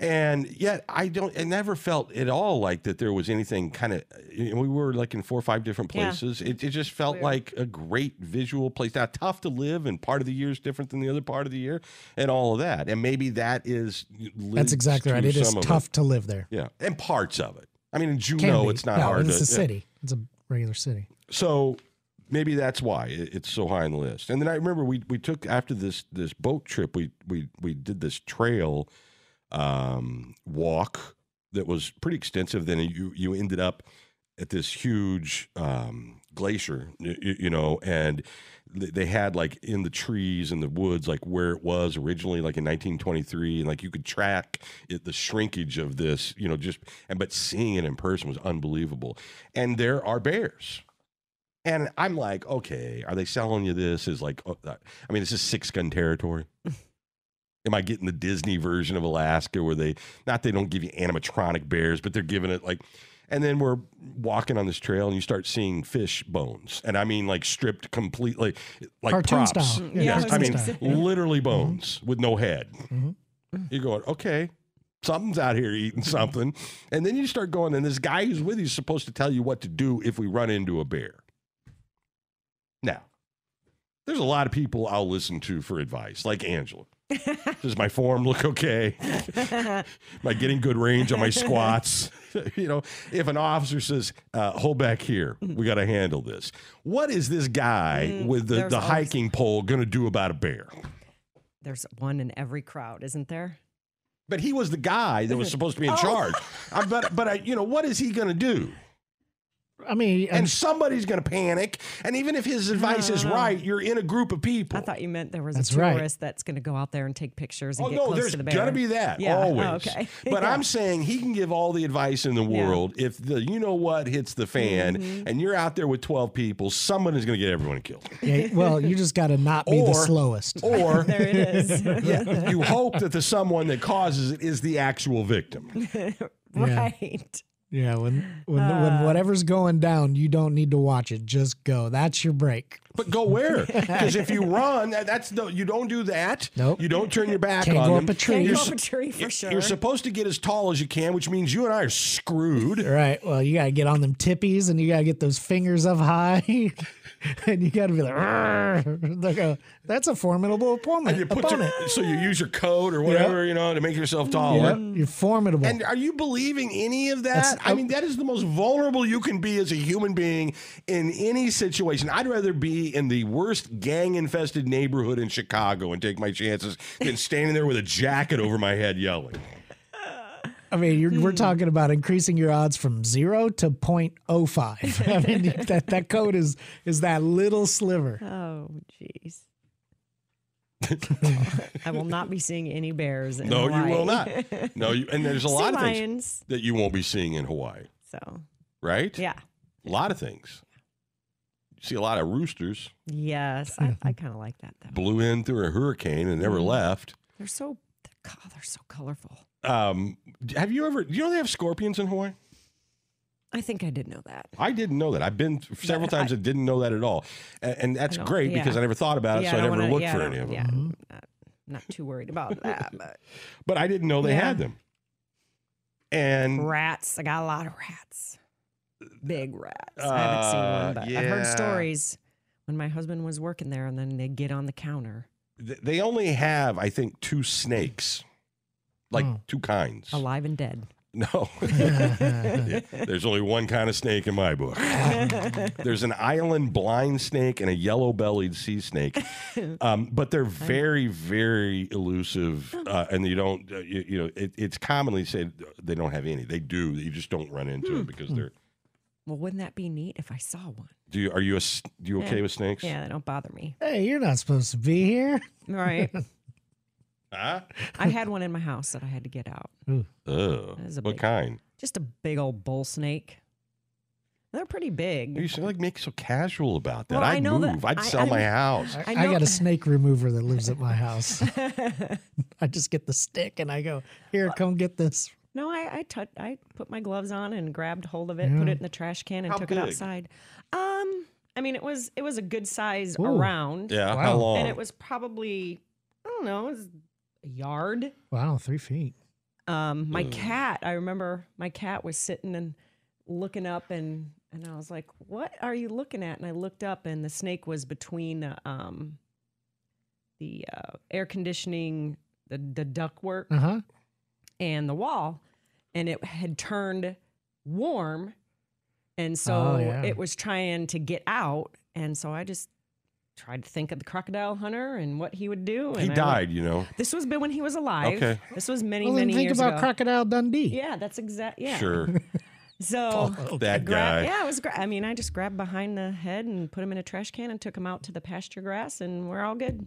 B: And yet, I don't. It never felt at all like that. There was anything kind of. You know, we were like in four or five different
D: Yeah.
B: places. It, it just felt like a great visual place. Now, tough to live, and part of the year is different than the other part of the year, and all of that. And maybe that is.
C: That's
B: leads
C: exactly right.
B: to
C: It is
B: some of
C: tough to live there.
B: Yeah, and parts of it. I mean, in
C: Can
B: Juneau,
C: be.
B: it's not
C: no,
B: hard.
C: It's
B: to,
C: a
B: yeah.
C: city. It's a regular city.
B: So maybe that's why it- it's so high on the list. And then I remember we we took after this this boat trip, we we we did this trail um, walk that was pretty extensive. Then you you ended up at this huge um, glacier, you, you know, and th- they had like in the trees and the woods, like where it was originally, like in 1923, and like you could track it, the shrinkage of this, you know, just and but seeing it in person was unbelievable. And there are bears. And I'm like, okay, are they selling you this? Is like, oh, uh, I mean, this is six gun territory. Am I getting the Disney version of Alaska where they, not they don't give you animatronic bears, but they're giving it like, and then we're walking on this trail and you start seeing fish bones. And I mean, like stripped completely, like
C: Cartoon
B: props.
C: style. Mm-hmm.
D: Yeah,
B: Yes. I
D: cartoon
B: mean,
D: style.
B: literally bones with no head. You're going, okay, something's out here eating
C: Mm-hmm.
B: something. And then you start going, and this guy who's with you is supposed to tell you what to do if we run into a bear. Now, there's a lot of people I'll listen to for advice, like
D: (laughs)
B: Angela. Does my form look okay? Am I getting good range on my squats? (laughs) you know, if an officer says, uh, hold back here, we got to handle this. What is this guy
D: Mm,
B: with the,
D: there's
B: the
D: always-
B: hiking pole going to do about a bear?
D: There's one in every crowd, isn't there?
B: But he was the guy that was supposed to be in
D: (laughs) Oh.
B: charge. I, but but I, you know, what is he going to do?
C: I mean,
B: and somebody's going to panic. And even if his advice is right, you're in a group of people.
D: I thought you meant there was
B: That's
D: a
B: right.
D: tourist that's going to go out there and take pictures and
B: oh
D: get
B: no,
D: close
B: there's
D: to the bear.
B: gonna be that
D: Yeah. (laughs)
B: always.
D: Oh, okay.
B: But
D: Yeah.
B: I'm saying he can give all the advice in the
D: Yeah. Mm-hmm.
B: world. If the you know what hits the fan,
C: Mhm.
B: and you're out there with 12 people, someone is going to get everyone
D: (laughs)
B: killed.
C: Yeah, well, you just got to not be
B: (laughs)
C: the
B: Or-
C: slowest.
B: Or
D: There it is.
B: (laughs) yeah, you hope that the someone that causes it is the actual victim.
D: right.
C: Yeah, when when when whatever's going down, you don't need to watch it. Just go. That's your break.
B: But go
D: (laughs)
B: where? Because if you run, that- that's the you don't do that. Nope. You don't turn your back
C: Can't
B: on
C: go
B: them.
C: up a tree. Can't
B: You're
C: go
B: su-
C: up a
D: tree for
B: you're-
D: sure.
B: You're supposed to get as tall as you can, which means you and I are screwed.
D: (laughs)
C: Right. Well, you got to get on them tippies and you got to get those fingers up high. (laughs) and you got to be like, "Arr." They go, that's a formidable opponent.
B: You put your- (laughs)
C: opponent.
B: so you use your coat or whatever you know to make
D: Mm-hmm.
B: yourself taller.
C: Yep, You're formidable.
B: And are you believing any of
C: That's-
B: that? I mean, that is the most vulnerable you can be as a human being in any situation. I'd rather be in the worst gang infested neighborhood in Chicago and take my chances than standing there with a jacket over my head yelling.
C: I mean, you're,
D: Hmm.
C: we're talking about increasing your odds from zero to 0.05. (laughs) I mean, that, that code is is that little sliver.
D: Oh, jeez. (laughs) I will not be seeing any bears. In
B: No, you will
D: Hawaii.
B: not. No, you, and there's a
D: Sea
B: lot of
D: lions.
B: things that you won't be seeing in Hawaii,
D: so,
B: right?
D: yeah.
B: A lot of things. You see a lot of roosters
D: Yes. I,
B: (laughs)
D: I kind of like that, though.
B: blew in through a hurricane and never
D: Mhm.
B: left.
D: They're so, they're, God, they're so colorful.
B: Um, have you ever? Do you know they have scorpions in Hawaii?
D: I think I did know that.
B: I didn't know that. I've been several times and didn't know that at all. A- And, that's
D: don't-
B: great
D: yeah.
B: because I never thought about it,
D: Yeah,
B: so I,
D: don't
B: never
D: wanna-
B: looked
D: yeah,
B: for
D: I
B: any of
D: don't-
B: them.
D: Yeah, not, not too worried about that. But
B: But I didn't know they
D: Yeah.
B: had them. And
D: rats, I got a lot of rats. Big rats. I haven't seen
B: Uh,
D: one, but I've heard
B: yeah.
D: stories when my husband was working there and then they get on the counter.
B: th- they only have, I think, two snakes, like
D: Hmm.
B: two kinds.
D: Alive and dead.
B: No. (laughs) Yeah, There's only one kind of snake in my
D: (laughs)
B: book. There's an island blind snake and a yellow bellied sea snake. Um, but
D: (laughs)
B: they're very, very elusive. Uh, and you don't, uh, you, you know, it, it's commonly said they don't have any. They do. You just don't run into
D: Hmm.
B: them because they're.
D: Well, wouldn't that be neat if I saw one?
B: Do you, are you, a s do you okay
D: Yeah.
B: with snakes?
D: Yeah, they don't bother me.
C: Hey, you're not supposed to be here.
D: Right.
B: Huh?
D: (laughs) I had one in my house that I had to get out.
B: Ugh.
D: That is a
B: What
D: big-
B: kind?
D: Just a big old bull snake. They're pretty big.
B: You should like make so casual about that.
D: Well, I
B: I'd
D: know that-
B: move. I'd
D: I-
B: sell
D: I'm-
B: my
D: (laughs)
B: house.
C: I,
D: I
C: I
D: know-
C: got a snake remover that lives at my
D: (laughs)
C: house. I just get the stick and I go, here, come get this.
D: No, I I, tou- I put my gloves on and grabbed hold of it, put
C: Yeah.
D: it in the trash can, and
B: How
D: took
B: big?
D: it outside. Um, I mean, it was it was a good size
C: Ooh.
D: around.
B: Yeah. How
C: Wow.
B: long?
D: and it was probably I don't know, it was a yard.
C: Wow, three feet.
D: Um, my cat, I remember my cat was sitting and looking up, and and I was like, "What are you looking at?" And I looked up, and the snake was between uh, um, the uh, air conditioning, the the ductwork,
C: Uh huh.
D: and the wall and it had turned warm and so
C: Oh, yeah.
D: it was trying to get out and so i just tried to think of the crocodile hunter and what he would do and
B: he
D: I went-
B: died, you know.
D: this was been when he was alive
B: Okay.
D: this was many
C: Well, then
D: many
C: think
D: years
C: about
D: ago
C: Crocodile Dundee. Oh,
D: yeah Oh. that's exact yeah (laughs)
B: Sure.
D: so
B: that
D: gra-
B: guy.
D: yeah it was gra- i mean i just grabbed behind the head and put him in a trash can and took him out to the pasture grass and we're all good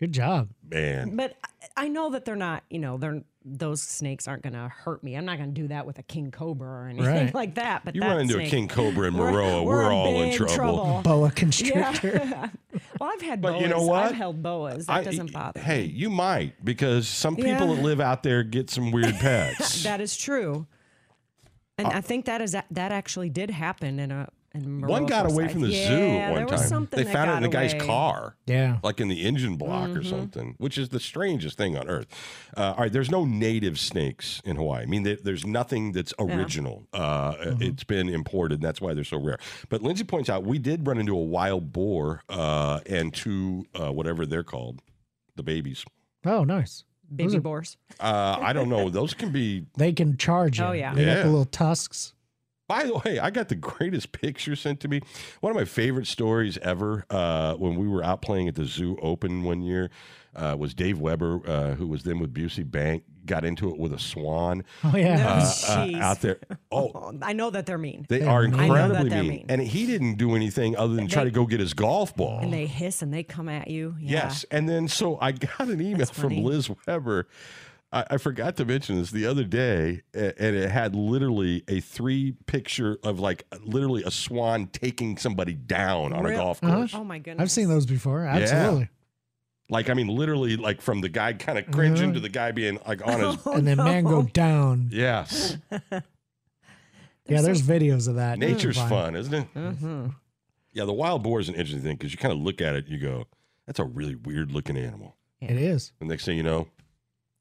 C: Good job.
B: Man.
D: but I- I know that they're not, you know, they're those snakes aren't going to hurt me. I'm not going to do that with a king cobra or anything
C: Right.
D: (laughs) like that. But
B: You
D: that
B: run into
D: snake-
B: a king cobra in
D: (laughs) We're-
B: Maroa, we're,
D: we're in
B: all in
D: big
B: trouble.
D: trouble. (laughs)
C: Boa constrictor.
D: Yeah. (laughs) well, I've had
B: But
D: boas.
B: you know what?
D: I've held boas. That
B: I-
D: doesn't bother. me.
B: Hey, you might because some people
D: Yeah.
B: that live out there get some
D: (laughs)
B: weird pets. Uh,
D: that is true, and I think that is that actually did happen in a
B: One
D: and Marilla
B: got away
D: Forsyth.
B: from the
D: yeah,
B: zoo
D: there
B: one
D: was
B: time.
D: something
B: they
D: that
B: found it
D: got
B: in the guy's
D: away.
B: car.
C: (laughs) Yeah.
B: Like in the engine block or
D: Mhm.
B: something, which is the strangest thing on earth. Uh, all right, there's no native snakes in Hawaii. I mean, there, there's nothing that's
D: Yeah. Mm-hmm.
B: original. Uh, It's been imported, and that's why they're so rare. But Lindsay points out we did run into a wild boar uh, and two, uh, whatever they're called, the babies.
C: Oh, nice.
D: Baby
B: Mm-hmm.
C: Those are-
D: boars.
B: Uh, I don't
D: (laughs)
B: know. Those can be
C: They can charge you.
D: Oh, yeah.
C: They got
B: Yeah.
C: the little tusks.
B: By the way, I got the greatest (laughs) picture sent to me. One of my favorite stories ever uh, when we were out playing at the Zoo Open one year uh, was Dave Weber, uh, who was then with Busey Bank, got into it with a swan
C: Oh yeah.
D: No,
B: uh, uh,
D: jeez.
B: out there. Oh,
D: Oh, I know that they're mean.
B: they
C: They're
B: are
C: mean. I know
D: that
B: incredibly
D: they're
B: mean.
D: mean.
B: And he didn't do anything other than try
D: They-
B: to go get his golf ball.
D: and they hiss and they come at you. Yeah.
B: Oh. Yes. And then so I got an email
D: That's
B: from
D: funny.
B: Liz Weber. I, I forgot to mention this the other day, a- and it had literally a three picture of like literally a swan taking somebody down on a
D: Real-
B: golf
C: Uh-huh.
B: course.
D: Oh my goodness.
C: I've seen
D: (laughs)
C: those before. Absolutely.
B: Like, I mean, literally, like from the guy kind of cringing
C: Yeah.
B: to the guy being like on
D: (laughs)
B: his.
D: Oh,
C: and then man
D: no.
C: go down.
B: Yes.
C: Yeah,
D: They're
C: there's
D: so-
C: videos of that.
B: Nature's
C: Fine.
B: fun, isn't it?
D: Mhm.
B: Yeah, the wild boar is an interesting thing because you kind of look at it and you go, that's a really weird looking animal.
C: It is.
B: The next thing you know,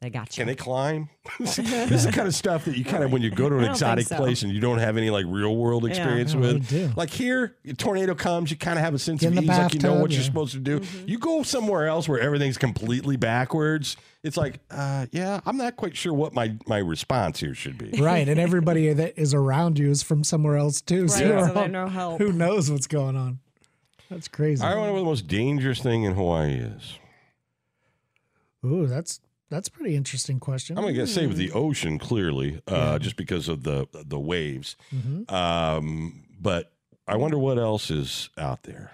D: They got you.
B: Can they climb? (laughs) this is the kind of stuff that you kind of when you go to
D: I
B: an
D: don't think
B: exotic
D: so.
B: place and you don't have any like real world
D: Yeah.
B: experience
C: Yeah, they
B: with.
C: do.
B: Like here, a tornado comes, you kind of have a sense
C: Get
B: of
C: in
B: ease,
C: the
B: like you know
C: bathtub,
B: what you're
C: yeah.
B: supposed to do.
D: Mm-hmm.
B: You go somewhere else where everything's completely backwards. It's like, uh, yeah, I'm not quite sure what my my response here should be.
C: Right. And
D: (laughs)
C: everybody that is around you is from somewhere else too.
D: Right,
C: so, you're
D: so
C: (laughs)
D: they're
C: all-
D: no help.
C: who knows what's going on? That's crazy.
B: I don't know what the most dangerous thing in Hawaii is.
C: Ooh, that's that's a pretty interesting question.
B: I'm gonna say with
D: Hmm.
B: the ocean clearly, uh, just because of the the waves.
D: Mm-hmm.
B: Um, but I wonder what else is out there.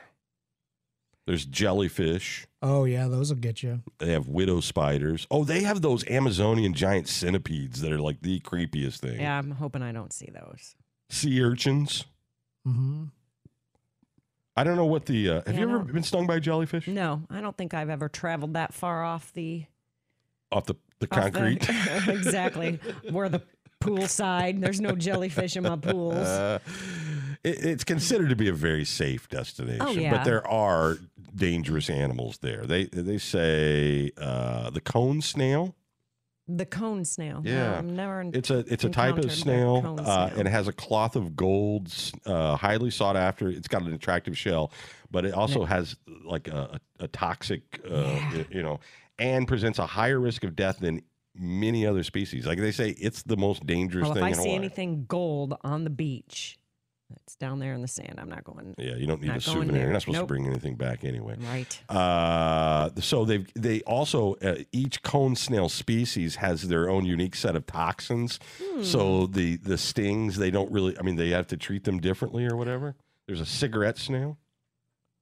B: There's jellyfish.
C: oh yeah, those will get you.
B: They have widow spiders. Oh, they have those Amazonian giant centipedes that are like the creepiest thing.
D: Yeah, I'm hoping I don't see those.
B: Sea urchins.
C: hmm
B: I don't know what the. Uh, have
D: Yeah,
B: you
D: I
B: ever
D: don't-
B: been stung by a jellyfish?
D: No, I don't think I've ever traveled that far off the
B: Off the, the
D: off the-
B: concrete.
D: (laughs) exactly. Where the pool side, there's no jellyfish in my pools.
B: Uh, it, it's considered to be a very safe destination,
D: Oh, yeah.
B: but there are dangerous animals there. They they say uh, the cone snail.
D: The cone snail. No,
B: Yeah.
D: I've never.
B: It's a it's a type
D: encountered
B: of
D: the
B: snail,
D: cone
B: uh,
D: snail.
B: and it has a cloth of gold, s- uh, highly sought after. It's got an attractive shell, but it also has like a, a a toxic, uh, y- you know, and presents a higher risk of death than many other species. Like they say, it's the most dangerous
D: well, if
B: thing
D: I
B: in
D: see
B: Hawaii.
D: anything gold on the beach, that's down there in the sand. I'm not going.
B: Yeah, you don't need
D: Not
B: a
D: going
B: souvenir.
D: there.
B: You're not supposed
D: Nope.
B: to bring anything back anyway.
D: Right.
B: Uh, so they've they also uh, each cone snail species has their own unique set of toxins. So
D: Hmm.
B: the the stings they don't really. I mean, they have to treat them differently or whatever. There's a cigarette snail.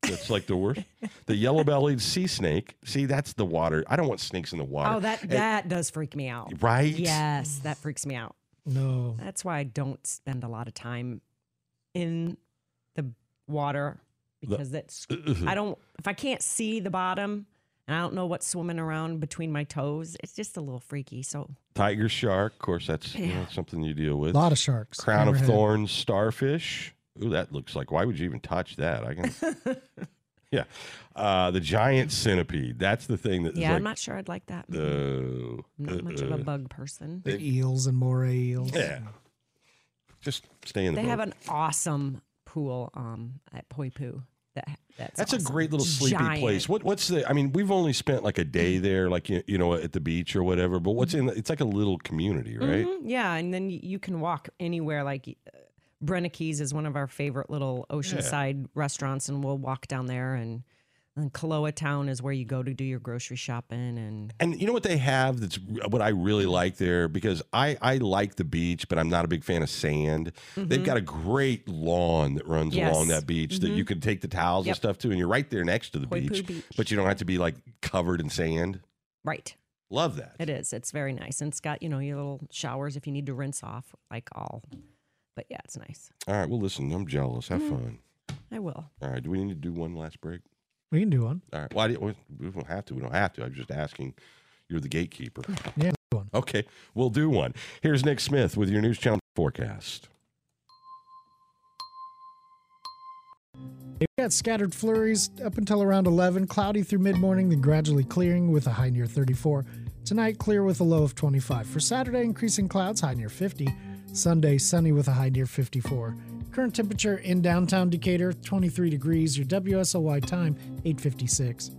B: That's like the
D: (laughs)
B: worst. The yellow bellied sea snake. See, that's the water. I don't want snakes in the water.
D: Oh, that that does freak me out.
B: right?
D: Yes, that freaks me out.
C: No.
D: That's why I don't spend a lot of time in the water because that's I don't if I can't see the bottom and I don't know what's swimming around between my toes, it's just a little freaky. So
B: (clears throat) Tiger shark. Of course, that's you know, something you deal
C: A
B: with.
C: lot of sharks.
B: Crown
C: Never
B: of
C: had-
B: Thorns starfish. Ooh, that looks like. Why would you even touch that? I can. yeah, uh, the giant centipede. That's the thing that is
D: yeah,
B: like
D: I'm not sure I'd like that.
B: the
D: I'm not much of
B: uh,
D: a bug person.
C: The eels and moray eels.
B: yeah. Just stay in the.
D: They have
B: boat.
D: an awesome pool um at Poipu. That that's,
B: That's a
D: awesome.
B: great little
D: It's
B: sleepy place.
D: giant. Mm.
B: What what's the? I mean, we've only spent like a day there, like you, you know, at the beach or whatever. But what's
D: Mm-hmm.
B: in? The, it's like a little community, right?
D: Mhm, Yeah, and then y- you can walk anywhere. Like uh, Brenna Keys is one of our favorite little oceanside restaurants, and we'll walk down there. And then Kaloa Town is where you go to do your grocery shopping. And
B: And you know what they have that's what I
D: Mm-hmm.
B: really like there because I I like the beach but I'm not a big fan of sand. They've got a great lawn that runs
D: Mm-hmm. Yes. Mm-hmm.
B: along that beach that you can take the towels and
D: Yep.
B: stuff to and you're right there next to the
D: Hoi Poo
B: beach,
D: Beach.
B: but you don't have to be like covered in sand.
D: right,
B: Love that.
D: it is. It's very nice, and it's got you know your little showers if you need to rinse off, like all. But yeah, it's nice.
B: All right, well listen, I'm jealous.
D: Mm.
B: Have fun.
D: I will.
B: All right, do we need to do one last break?
C: We can do one.
B: All right. Well, I didn't, we- we don't have to. We don't have to. I'm just asking. You're the
D: (laughs)
B: gatekeeper.
C: Yeah. do one.
B: Okay, we'll do one. Here's Nick Smith with your News Channel forecast.
C: We got scattered flurries up until around 11, cloudy through mid morning, then gradually clearing with a high near 34. Tonight, clear with a low of 25. For Saturday, increasing clouds, high near 50. Sunday, sunny with a high near 54. Current temperature in downtown Decatur, 23 degrees. Your WSOY time, 856.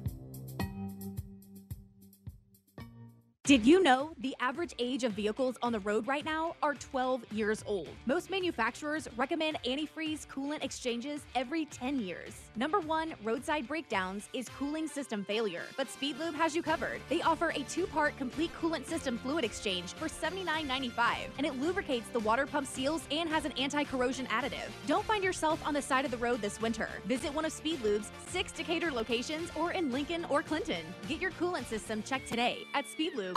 K: Did you know the average age of vehicles on the road right now are 12 years old? Most manufacturers recommend antifreeze coolant exchanges every 10 years. Number one roadside breakdowns is cooling system failure, but Speed Lube has you covered. They offer a two part complete coolant system fluid exchange for $79.95, and it lubricates the water pump seals and has an anti corrosion additive. Don't find yourself on the side of the road this winter. Visit one of Speed Lube's six Decatur locations or in Lincoln or Clinton. Get your coolant system checked today at Speed Lube.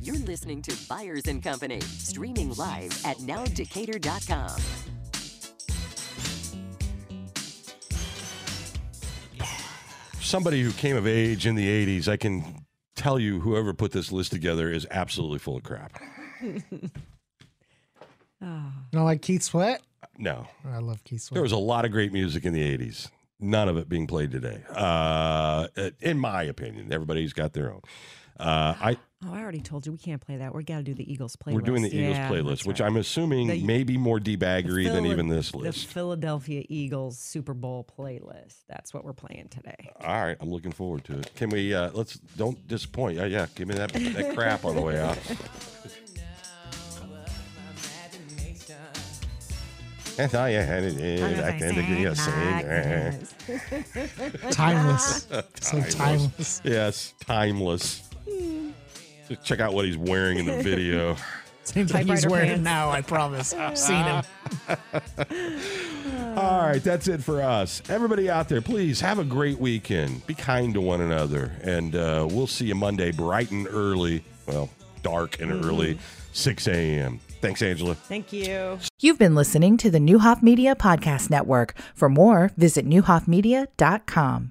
L: You're listening to Buyers and Company, streaming live at nowdecatur.com.
B: Somebody who came of age in the 80s, I can tell you whoever put this list together is absolutely full of crap.
D: Ah.
C: You know, like Keith Sweat?
B: No.
C: I love Keith Sweat.
B: There was a lot of great music in the 80s. None of it being played today, uh, in my opinion. Everybody's got their own. Uh, I
D: Oh, I already told you we can't play that. We got to do the Eagles playlist.
B: we're doing the Eagles
D: Yeah,
B: playlist,
D: that's
B: which
D: right.
B: I'm assuming
D: The-
B: may be more debaggery than
D: Phila-
B: even this
D: The
B: list.
D: Philadelphia Eagles Super Bowl playlist. That's what we're playing today.
B: All right, I'm looking forward to it. Can we? Uh, let's don't disappoint. Yeah, yeah, give me that, that crap on the way
D: (laughs)
B: out. And I had it in, I can think of saying, eh.
C: Timeless. So timeless.
B: Yes, timeless. Just check out what he's wearing in the video.
C: Seems like he's
B: Typewriter
C: wearing it
B: pants.
C: now, I promise. I've seen him.
B: All right, that's it for us. Everybody out there, please have a great weekend. Be kind to one another, and uh, we'll see you Monday, bright and early. Well, dark and
D: Mhm.
B: early, 6 a.m. Thanks, Angela.
D: Thank you.
A: You've been listening to the Newhoff Media Podcast Network. For more, visit newhoffmedia.com.